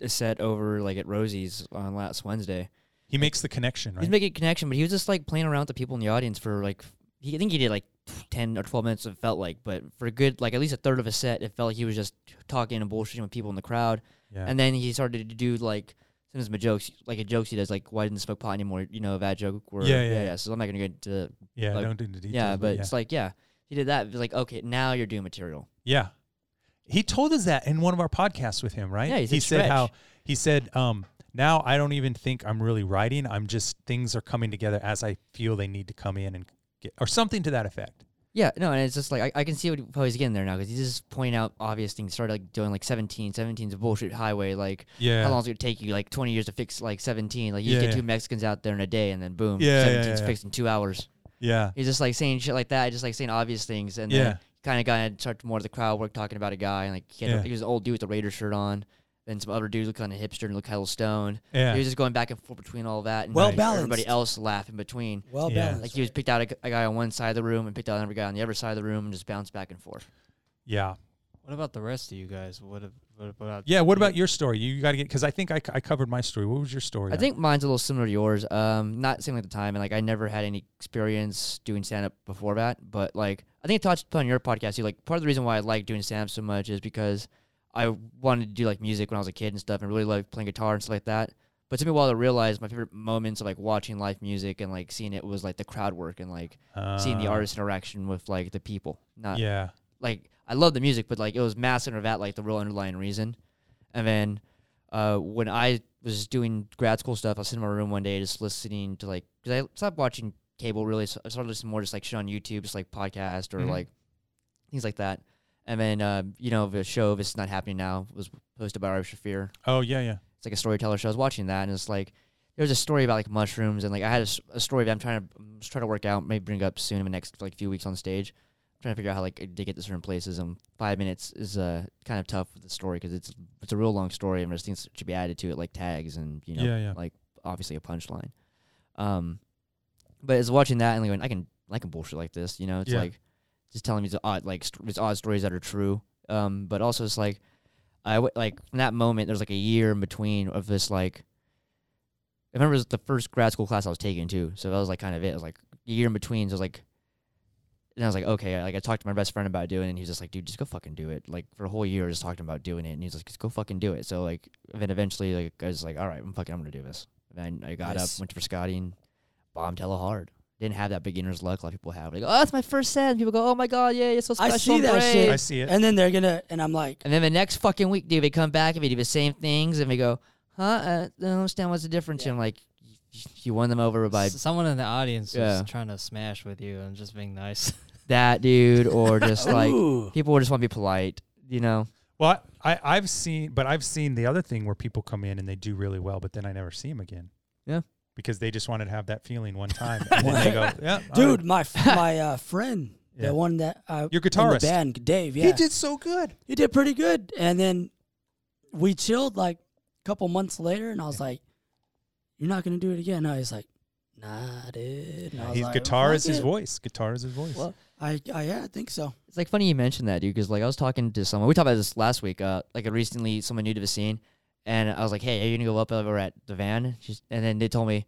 a set over like at Rosie's on last Wednesday. He makes the connection, He's right? making a connection, but he was just like playing around with the people in the audience for like he, I think he did like ten or twelve minutes. It felt like, but for a good like at least a third of a set, it felt like he was just talking and bullshitting with people in the crowd. yeah. And then he started to do like some of his jokes, like a jokes he does, like why didn't smoke pot anymore? You know that joke. Where, Yeah, yeah, yeah, yeah. So I'm not gonna get into yeah, like- don't do the details. yeah, but it's like yeah, he did that. It was like okay, now you're doing material. Yeah. He told us that in one of our podcasts with him, right? Yeah, he said he said stretch. how he said, um, now I don't even think I'm really writing. I'm just things are coming together as I feel they need to come in and get or something to that effect. Yeah, no, and it's just like I, I can see what he- how he's getting there now because he's just pointing out obvious things. Started like doing like 17, 17's a bullshit highway. Like Yeah. how long is it gonna take you? Like twenty years to fix like seventeen. Like you Yeah, get yeah. two Mexicans out there in a day, and then boom, Yeah, yeah, seventeen's yeah, yeah. fixed in two hours. Yeah. He's just like saying shit like that, just like saying obvious things, and Yeah. then kind of got into start more of the crowd work talking about a guy, and like he, had, Yeah. he was an old dude with a Raider shirt on, then some other dude looked kind of hipster and looked hella stoned. Yeah. He was just going back and forth between all that, and Well like, everybody balanced. else laugh in between. well Yeah. balanced. Like he was picked out a, g- a guy on one side of the room and picked out another guy on the other side of the room and just bounced back and forth. Yeah. What about the rest of you guys? What, ab- what about Yeah. What about your story? You got to get because I think I, c- I covered my story. What was your story? I think mine's a little similar to yours. Um, not similar at the time, and like I never had any experience doing stand up before that. But like I think I touched upon your podcast too. Like part of the reason why I like doing stand up so much is because I wanted to do like music when I was a kid and stuff, and really loved playing guitar and stuff like that. But it took me a while to realize my favorite moments of like watching live music and like seeing it was like the crowd work and like uh, seeing the artist uh, interaction with like the people, not Yeah. like I love the music, but like it was massive of that like the real underlying reason. And then uh, when I was doing grad school stuff. I was sitting in my room one day just listening to like because I stopped watching cable really. So I started listening more just like shit on YouTube, just like podcast or Mhm. like things like that. And then uh, you know the show "This Is Not Happening Now" was hosted by Ari Shafir. Oh yeah, yeah. It's like a storyteller show. I was watching that, and it's like there was a story about like mushrooms, and like I had a, s- a story that I'm trying to I'm just trying to work out, maybe bring up soon in the next like few weeks on stage. I'm trying to figure out how like to get to certain places. And five minutes is uh kind of tough with the story because it's it's a real long story, and there's things that should be added to it, like tags and you know, Yeah, yeah. like obviously a punchline. Um, but it's watching that and like going, I can I can bullshit like this, you know. It's Yeah. like just telling me these odd like st- these odd stories that are true. Um, but also it's like I w- like in that moment there's like a year in between of this like. I remember it was the first grad school class I was taking too, so that was like kind of it. It was like a year in between. So it was like, and I was like, okay, like I talked to my best friend about doing, it, and he was just like, dude, just go fucking do it. Like for a whole year, I just talked to him about doing it, and he's like, just go fucking do it. So like, then eventually, like I was like, all right, I'm fucking, I'm gonna do this. And I got Nice. up, went to Frascati, and bombed hella hard. Didn't have that beginner's luck a lot of people have. Like, oh, that's my first set. And people go, oh my god, yeah, you're so I special. see I'm that great." shit. I see it. And then they're gonna, and I'm like, And then the next fucking week, dude, they come back and they do the same things, and they go, huh? Uh, I don't understand what's the difference. And Yeah. I'm like, "Y- y- you won them over by [laughs] S- someone in the audience Yeah. is trying to smash with you and just being nice. that dude, or just like ooh, people just want to be polite, you know? Well, I, I've seen, but I've seen the other thing where people come in and they do really well, but then I never see them again. Yeah. Because they just wanted to have that feeling one time. And then they go, yeah, all dude, right." my f- my uh, friend, Yeah. the one that I Your in the guitarist. band, Dave, yeah, He did so good. he did pretty good. And then we chilled like a couple months later, and I was like, "You're not gonna do it again?" No, he's like, "Nah, dude." And I was His like, guitar "Fuck is his it." voice. Guitar is his voice. Well- I, I yeah, I think so. It's like funny you mentioned that, dude, because like I was talking to someone. We talked about this last week. Uh, like recently, someone new to the scene, and I was like, "Hey, are you gonna go up over at the van?" She's, and then they told me,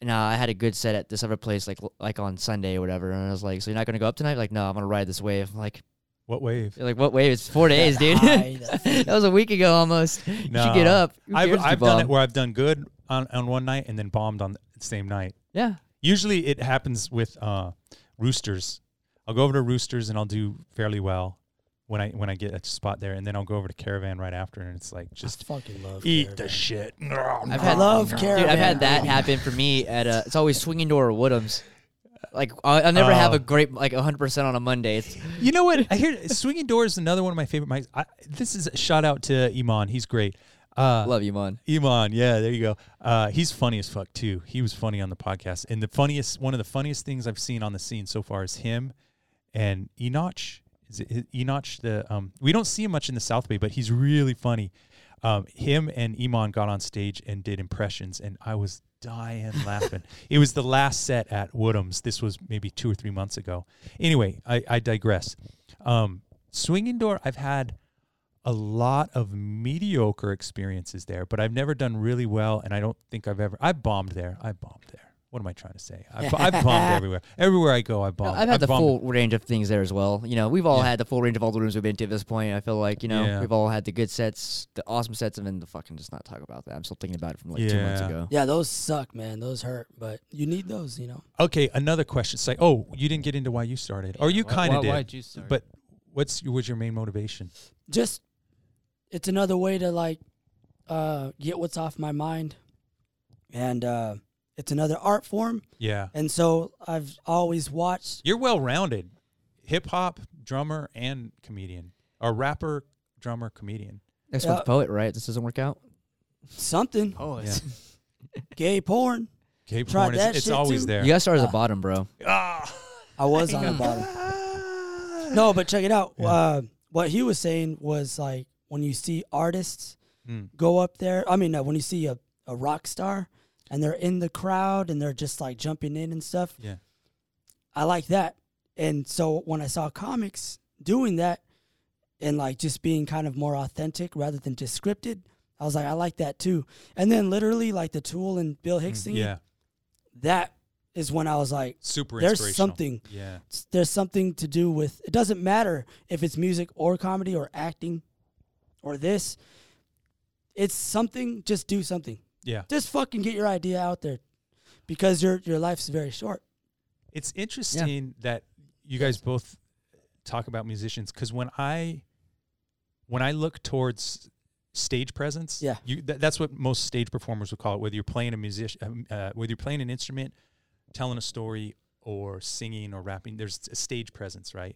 "Nah, I had a good set at this other place, like like on Sunday or whatever." And I was like, "So you're not gonna go up tonight?" Like, "No, I'm gonna ride this wave." I'm like, what wave? they're like what wave? It's four days, [laughs] dude. Hide. [laughs] that was a week ago almost. You No. should get up. Who I've, cares if you I've done it bomb? where I've done good on, on one night and then bombed on the same night. Yeah, Usually it happens with uh, roosters. I'll go over to roosters and I'll do fairly well when I when I get a spot there, and then I'll go over to caravan right after, and it's like just I fucking love eat Caravan. the shit. I've I had- love dude, Caravan. I've had that happen for me at uh It's always swinging door or Woodhams. Like I- I'll never have Oh. a great like 100 percent on a Monday. It's You know what? I hear swinging door is another one of my favorite mics. I, this is a shout out to Iman. He's great. Uh, love you, man. Iman, yeah, there you go. Uh, he's funny as fuck too. He was funny on the podcast, and the funniest, one of the funniest things I've seen on the scene so far is him and Enoch. Is it Enoch? The um, we don't see him much in the South Bay, but he's really funny. Um, him and Iman got on stage and did impressions, and I was [laughs] dying laughing. It was the last set at Woodham's. This was maybe two or three months ago. Anyway, I, I digress. Um, swinging door, I've had a lot of mediocre experiences there, but I've never done really well, and I don't think I've ever. I bombed there. I bombed there. What am I trying to say? I, bo- [laughs] I bombed everywhere. Everywhere I go, I No, bombed. I've had I the bombed- full range of things there as well. You know, we've all Oh, Yeah. had the full range of all the rooms we've been to at this point. I feel like you know Yeah. we've all had the good sets, the awesome sets, and then the fucking just not talk about that. I'm still thinking about it from like two months Yeah. ago. Yeah, those suck, man. Those hurt, but you need those, you know. Okay, another question. Say, oh, you didn't get into why you started, or you Why- kind why- of did, Why'd you start? but what's your- was your main motivation? Just it's another way to like uh get what's off my mind. And uh it's another art form. Yeah, And so I've always watched you're well rounded, hip hop drummer and comedian, or rapper, drummer, comedian. Next Yeah. one's poet, right? This doesn't work out. something Poets. [laughs] gay porn. Cape Tried Horn is that it's shit always too? there. You gotta start at Uh, the bottom, bro. Ah. I was on [laughs] the bottom. No, but check it out. Yeah. Uh, what he was saying was like when you see artists Mm. go up there. I mean, uh, when you see a, a rock star and they're in the crowd and they're just like jumping in and stuff. Yeah. I like that. And so when I saw comics doing that and like just being kind of more authentic rather than just scripted, I was like, I like that too. And then literally like the Tool and Bill Hicks thing, Mm, Yeah, that is when I was like, super. there's inspirational. something Yeah, s- there's something to do with it doesn't matter if it's music or comedy or acting or this it's something just do something yeah. just fucking get your idea out there because your your life's very short It's interesting that you guys both talk about musicians because when I when I look towards stage presence. Yeah. you, tha- that's what most stage performers would call it. Whether you're playing a musician, uh, whether you're playing an instrument, telling a story, or singing or rapping, there's a stage presence, right?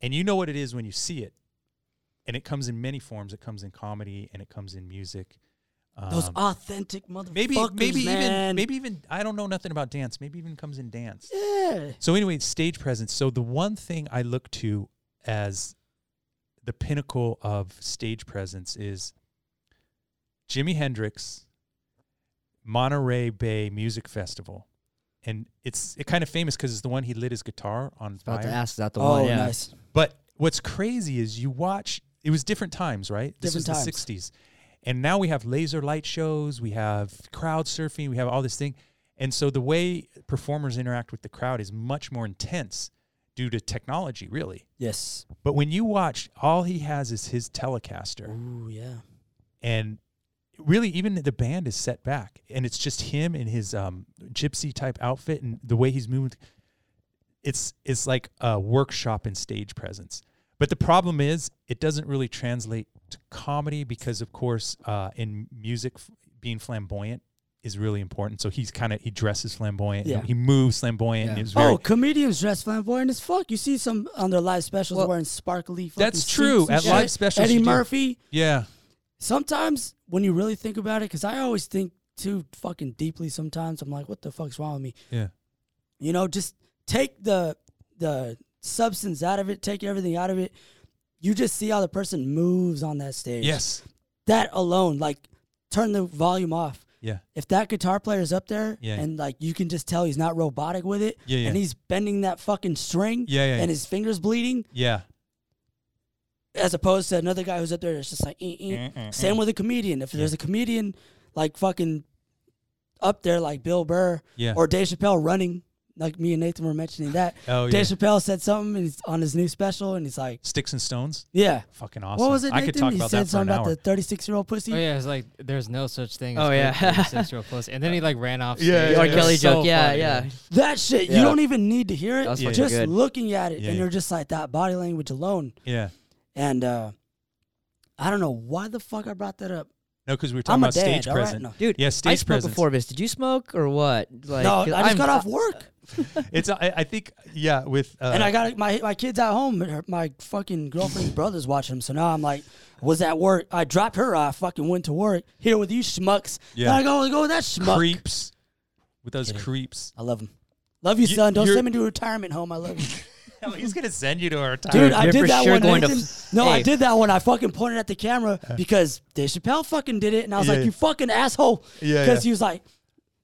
And you know what it is when you see it, and it comes in many forms. It comes in comedy, and it comes in music. Those Um, authentic motherfuckers. maybe maybe even man. maybe even I don't know nothing about dance. Maybe even comes in dance. Yeah. So anyway, stage presence. So the one thing I look to as the pinnacle of stage presence is Jimi Hendrix Monterey Bay Music Festival. And it's it kind of famous because it's the one he lit his guitar on About to fire. ask is that the Oh, one? Yeah. nice. But what's crazy is you watch. It was different times, right? This Different was times. the '60s, and now we have laser light shows, we have crowd surfing, we have all this thing, and so the way performers interact with the crowd is much more intense due to technology, really. Yes. But when you watch, all he has is his Telecaster, Ooh, yeah. and really, even the band is set back, and it's just him in his um, gypsy type outfit and the way he's moving it's it's like a workshop in stage presence. But the problem is, it doesn't really translate to comedy because, of course, uh, in music, f- being flamboyant is really important. So he's kind of he dresses flamboyant, Yeah. he moves flamboyant. And Yeah. it was very, Oh, comedians dress flamboyant as fuck. You see some on their live specials Well, wearing sparkly. fucking that's true. suits and At live shit. specials Eddie you do. Murphy. yeah, Sometimes when you really think about it, because I always think too fucking deeply. Sometimes I'm like, what the fuck's wrong with me? yeah, You know, just take the the substance out of it. Take everything out of it. You just see how the person moves on that stage. yes, That alone, like, turn the volume off. yeah, if that guitar player's up there Yeah. and like you can just tell he's not robotic with it Yeah, yeah. and he's bending that fucking string Yeah, yeah, and yeah. his fingers bleeding yeah, as opposed to another guy who's up there that's just like eh, eh. same with a comedian if there's a comedian like fucking up there like Bill Burr Yeah. or Dave Chappelle running like me and Nathan were mentioning that Oh, Dave yeah. Chappelle said something and he's on his new special and he's like sticks and stones, yeah fucking awesome. what was it I Nathan? could talk he about said that for an something hour. about the 36 year old pussy Oh yeah, it's like there's no such thing. Oh, as yeah. [laughs] six year old pussy. And then he like ran off. The Yeah, stage. yeah, R. It was Kelly so joke. Yeah, funny, yeah. man. That shit, you Yeah. don't even need to hear it. That was fucking Just good. looking at it, Yeah, and yeah. you're just like that body language alone. yeah, And uh, I don't know why the fuck I brought that up. no, because we were talking I'm a about stage dad, all right? presence. No, Dude, Yeah, I stage smoked presence. before this. Did you smoke or what? Like, no I 'cause just I'm- got off I- work, [laughs] It's I, I think yeah with uh, and I got my my kids at home. and her- My fucking girlfriend's brother's watching them, so now I'm like, was at work. I dropped her. off, fucking went to work here with you schmucks. Yeah. Yeah, I go go with that schmuck. creeps with those creeps. I love him. Love you, You- son. Don't you're- send me to a retirement home. I [laughs] love you. [laughs] Hell, He's gonna send you to our time. Dude, I you're did for that sure one. going to- Nathan. no, I Hey. did that one. I fucking pointed at the camera because Dave Chappelle fucking did it, and I was Yeah, like, yeah. "You fucking asshole!" Yeah, because yeah. he was like,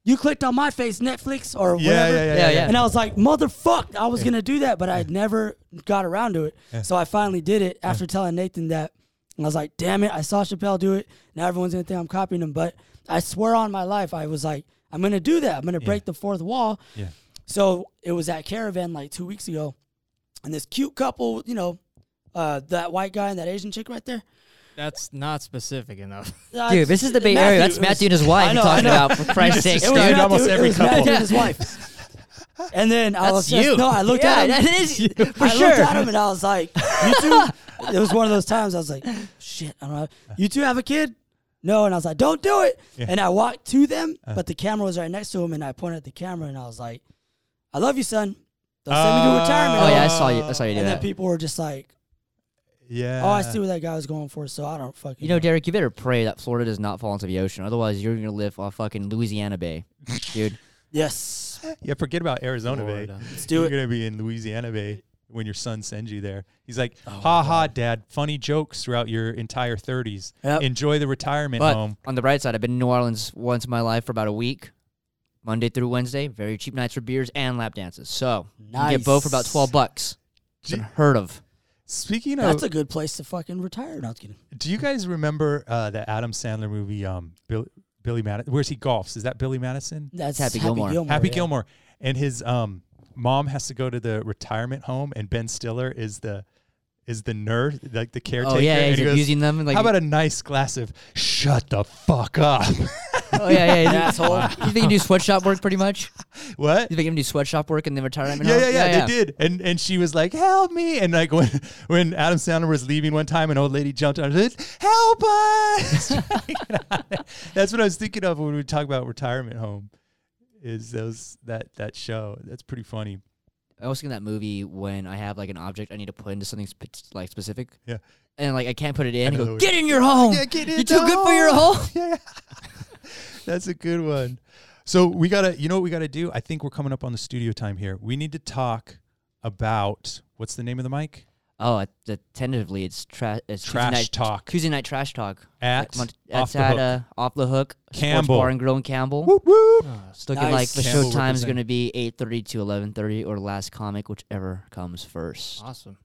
"You clicked on my face, Netflix or whatever," Yeah, yeah. and I was like, "Motherfuck!" I was gonna do that, but I never got around to it. So I finally did it after telling Nathan that, and I was like, "Damn it! I saw Chappelle do it. Now everyone's gonna think I'm copying him." But I swear on my life, I was like, "I'm gonna do that. I'm gonna break the fourth wall." Yeah. So it was at Caravan like two weeks ago, and this cute couple, you know, uh, that white guy and that Asian chick right there. That's not specific enough. [laughs] Uh, Dude, this is the Bay Matthew, Area. That's it was- Matthew and his wife I you're know, I talking know. about. For Christ's sake, It Just was dude. Matthew, Almost it every was couple. Matthew and his wife. And then I was That's just, you. no, I looked yeah, at him. That is [laughs] for [laughs] I sure. looked at him and I [laughs] was like, "You two." [laughs] it was one of those times I was like, "Shit, I don't know. You two have a kid?" No, and I was like, "Don't do it." And I walked to them, Uh-huh. but the camera was right next to him, and I pointed at the camera and I was like, "I love you, son. Don't send me to Uh, retirement." Oh yeah, I home." saw you. I saw you do and then that. Uh. people were just like, yeah. "Oh, I see what that guy was going for," so I don't fucking. You know, Derek, you better pray that Florida does not fall into the ocean. Otherwise, you're gonna live off fucking Louisiana Bay, [laughs] dude. Yes, Yeah, forget about Arizona Florida. Bay. let's do You're it. gonna be in Louisiana Bay when your son sends you there. He's like, ha ha, dad. Funny jokes throughout your entire 30s. Yep. Enjoy the retirement But home. on the bright side, I've been in New Orleans once in my life for about a week, Monday through Wednesday. Very cheap nights for beers and lap dances. So you can get both for about Nice. twelve bucks. It's Gee. unheard of. Speaking of, That's a good place to fucking retire. Not kidding. do you guys remember uh, the Adam Sandler movie, um, Bill, Billy Madison? Where's he golfs? Is that Billy Madison? That's Happy Gilmore. Happy yeah. Gilmore. And his um, mom has to go to the retirement home, and Ben Stiller is the is the nurse, like the caretaker. Oh yeah, and he's he goes, abusing them. and, Like, How about a nice glass of shut the fuck up? [laughs] Oh yeah, yeah, yeah. asshole. [laughs] You think you do sweatshop work pretty much? What? You think you do sweatshop work and then retirement? Yeah, home? yeah, yeah, They did, and and she was like, "Help me!" And like when when Adam Sandler was leaving one time, an old lady jumped on said, "Help us!" [laughs] That's what I was thinking of when we talk about retirement home. Is those that that show? That's pretty funny. I was thinking that movie when I have like an object I need to put into something spe- like specific. Yeah. And like I can't put it in. know I the go, word. get in your home. Yeah, get You're in Oh, too the good for your home." home. [laughs] Yeah, that's a good one. So we gotta, you know, what we gotta do. I think we're coming up on the studio time here. We need to talk about what's the name of the mic Oh, I, the, tentatively it's, tra- it's Trash Tuesday night, Talk. Tuesday night trash talk. at Mon- that's off the at hook. Uh, off the hook. Campbell. Sports Bar and Grill in Campbell. Whoop, whoop. It's looking like Nice. the Campbell show time is represent. going to be eight thirty to eleven thirty, or the last comic, whichever comes first. Awesome.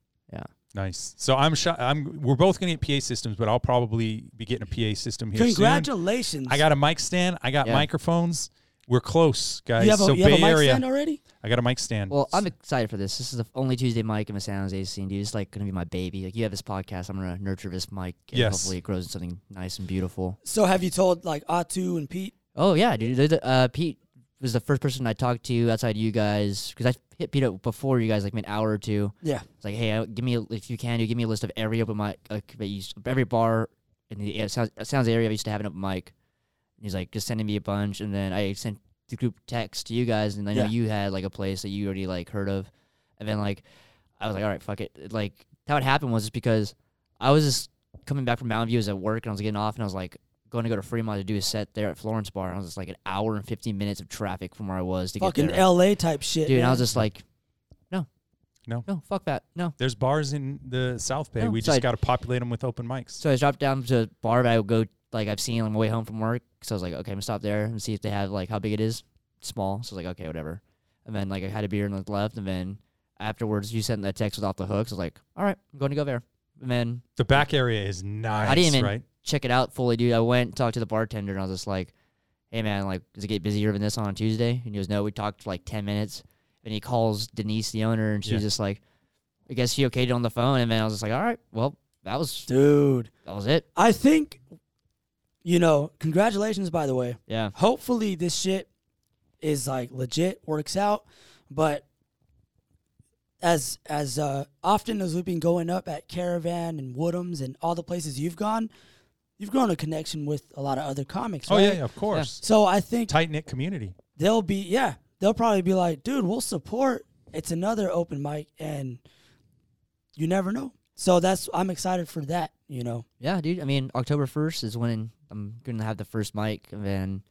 Nice. So I'm sho I'm. We're both gonna get PA systems, but I'll probably be getting a PA system here soon. Congratulations. I got a mic stand. I got Yeah. microphones. We're close, guys. You have a, so you Bay have a mic Area. stand already? I got a mic stand. Well, I'm excited for this. This is the only Tuesday mic in the San Jose scene, dude. It's like going to be my baby. Like you have this podcast, I'm going to nurture this mic. And Yes. Hopefully, it grows into something nice and beautiful. So have you told like Atu and Pete? Oh yeah, dude. They're the- Uh, Pete was the first person I talked to outside you guys because I hit Pete up before you guys, like an hour or two. Yeah. It's like, hey, uh, give me a, if you can, you give me a list of every open mic, like that you s- every bar in the uh, sounds uh, sounds area I used to have an open mic. And he's like, just sending me a bunch, and then I sent the group text to you guys, and I know Yeah. you had like a place that you already like heard of, and then like, I was like, all right, fuck it. It, Like how it happened was just because I was just coming back from Mountain View, I was at work, and I was getting off, and I was like. Going to go to Fremont to do a set there at Florence Bar. And I was just like an hour and fifteen minutes of traffic from where I was to Fucking get there. LA type shit. Dude, and I man. was just like, no, No. no, fuck that, no. There's bars in the South Bay. No, we so I- just got to populate them with open mics. So I dropped down to a bar that I would go like I've seen on my way home from work. So I was like, okay, I'm gonna stop there and see if they have like how big it is. Small. So I was like, okay, whatever. And then like I had a beer and like, left, and then afterwards you sent that text with off the hooks. I was like, all right, I'm going to go there. And then the back area is nice, I didn't even right? check it out fully, dude. I went talked to the bartender and I was just like, "Hey, man, like, does it get busier than this on a Tuesday?" And he goes, "No, we talked for like ten minutes." And he calls Denise, the owner, and she's Yeah. just like, "I guess she okayed it on the phone." And then I was just like, "All right, well, that was dude, that was it." I think, you know, congratulations, by the way. Yeah, Hopefully this shit is like legit, works out. But as as uh, often as we've been going up at Caravan and Woodhams and all the places you've gone, you've grown a connection with a lot of other comics. Oh right? yeah, yeah, of course. So I think Tight knit community. they'll be yeah they'll probably be like dude we'll support it's another open mic and you never know so that's i'm excited for that you know yeah, dude. I mean, October first is when I'm gonna have the first mic, and then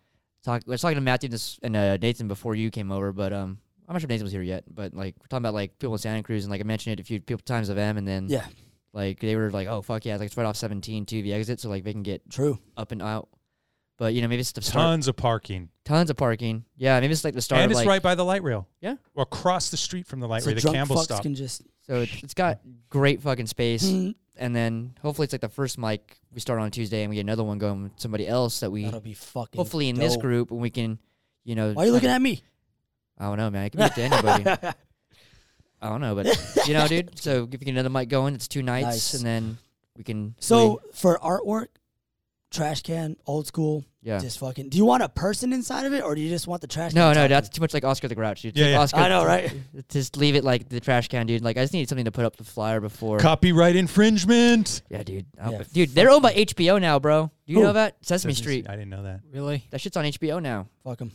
talk. I was talking to Matthew and this, and uh, Nathan before you came over, but um. I'm not sure if Nathan was here yet, but like we're talking about like people in Santa Cruz, and like I mentioned it a few people times of them, and then yeah Like they were like, oh fuck yeah, like it's right off 17 too, the exit, so like they can get true up and out. But you know, maybe it's the start. Tons of parking, Tons of parking. Yeah, maybe it's like the start. and of, it's like, right by the light rail. Yeah. or across the street from the light so rail, the drunk Campbell fucks stop. [sniffs] can just So it's, it's got great fucking space. Mm, And then hopefully it's like the first mic we start on Tuesday, and we get another one going with somebody else that we that'll be fucking hopefully in this dope. group and we can, you know. why are you looking at me I don't know, man. It could be up to [laughs] anybody. I don't know, but you know, dude. So if you get another mic going, it's two nights, Nice. and then we can. so really- for artwork trash can old school yeah. just fucking do you want a person inside of it or do you just want the trash No, can no, talking? that's too much like Oscar the Grouch, dude. Yeah, Like yeah. Oscar, i know right [laughs] Just leave it like the trash can, dude. Like I just need something to put up the flyer before. Copyright infringement. Yeah, dude. I hope Yeah, it- dude, they're owned by HBO now, bro. Do you Who? know that Sesame Doesn't- Street? I didn't know that. Really? That shit's on HBO now. fuck them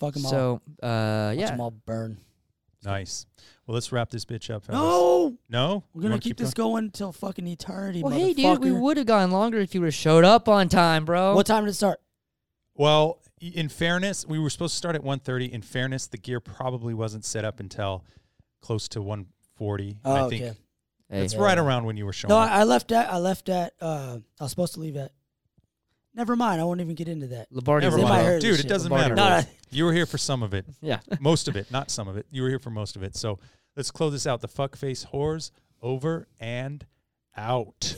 fuck them all So, uh, yeah. yeah. all burn Nice. Well, let's wrap this bitch up. fellas. no no, we're You gonna wanna keep, this going till fucking eternity Well, hey, dude, we motherfucker. would have gone longer if you would have showed up on time, bro. What time did it start? Well, i- in fairness, we were supposed to start at 1:30. In fairness, the gear probably wasn't set up until close to 1:40. and Oh, I think okay. Hey, it's right around when you were showing. No, up. I, I left at I left at uh I was supposed to leave at Never mind, I won't even get into that. Lombardi Never Road. They might mind, hear dude. this It shit. doesn't Lombardi matter. No, no. You were here for some of it, Yeah. most of it, not some of it. You were here for most of it. So [laughs] let's close this out. The fuckface whores over and out.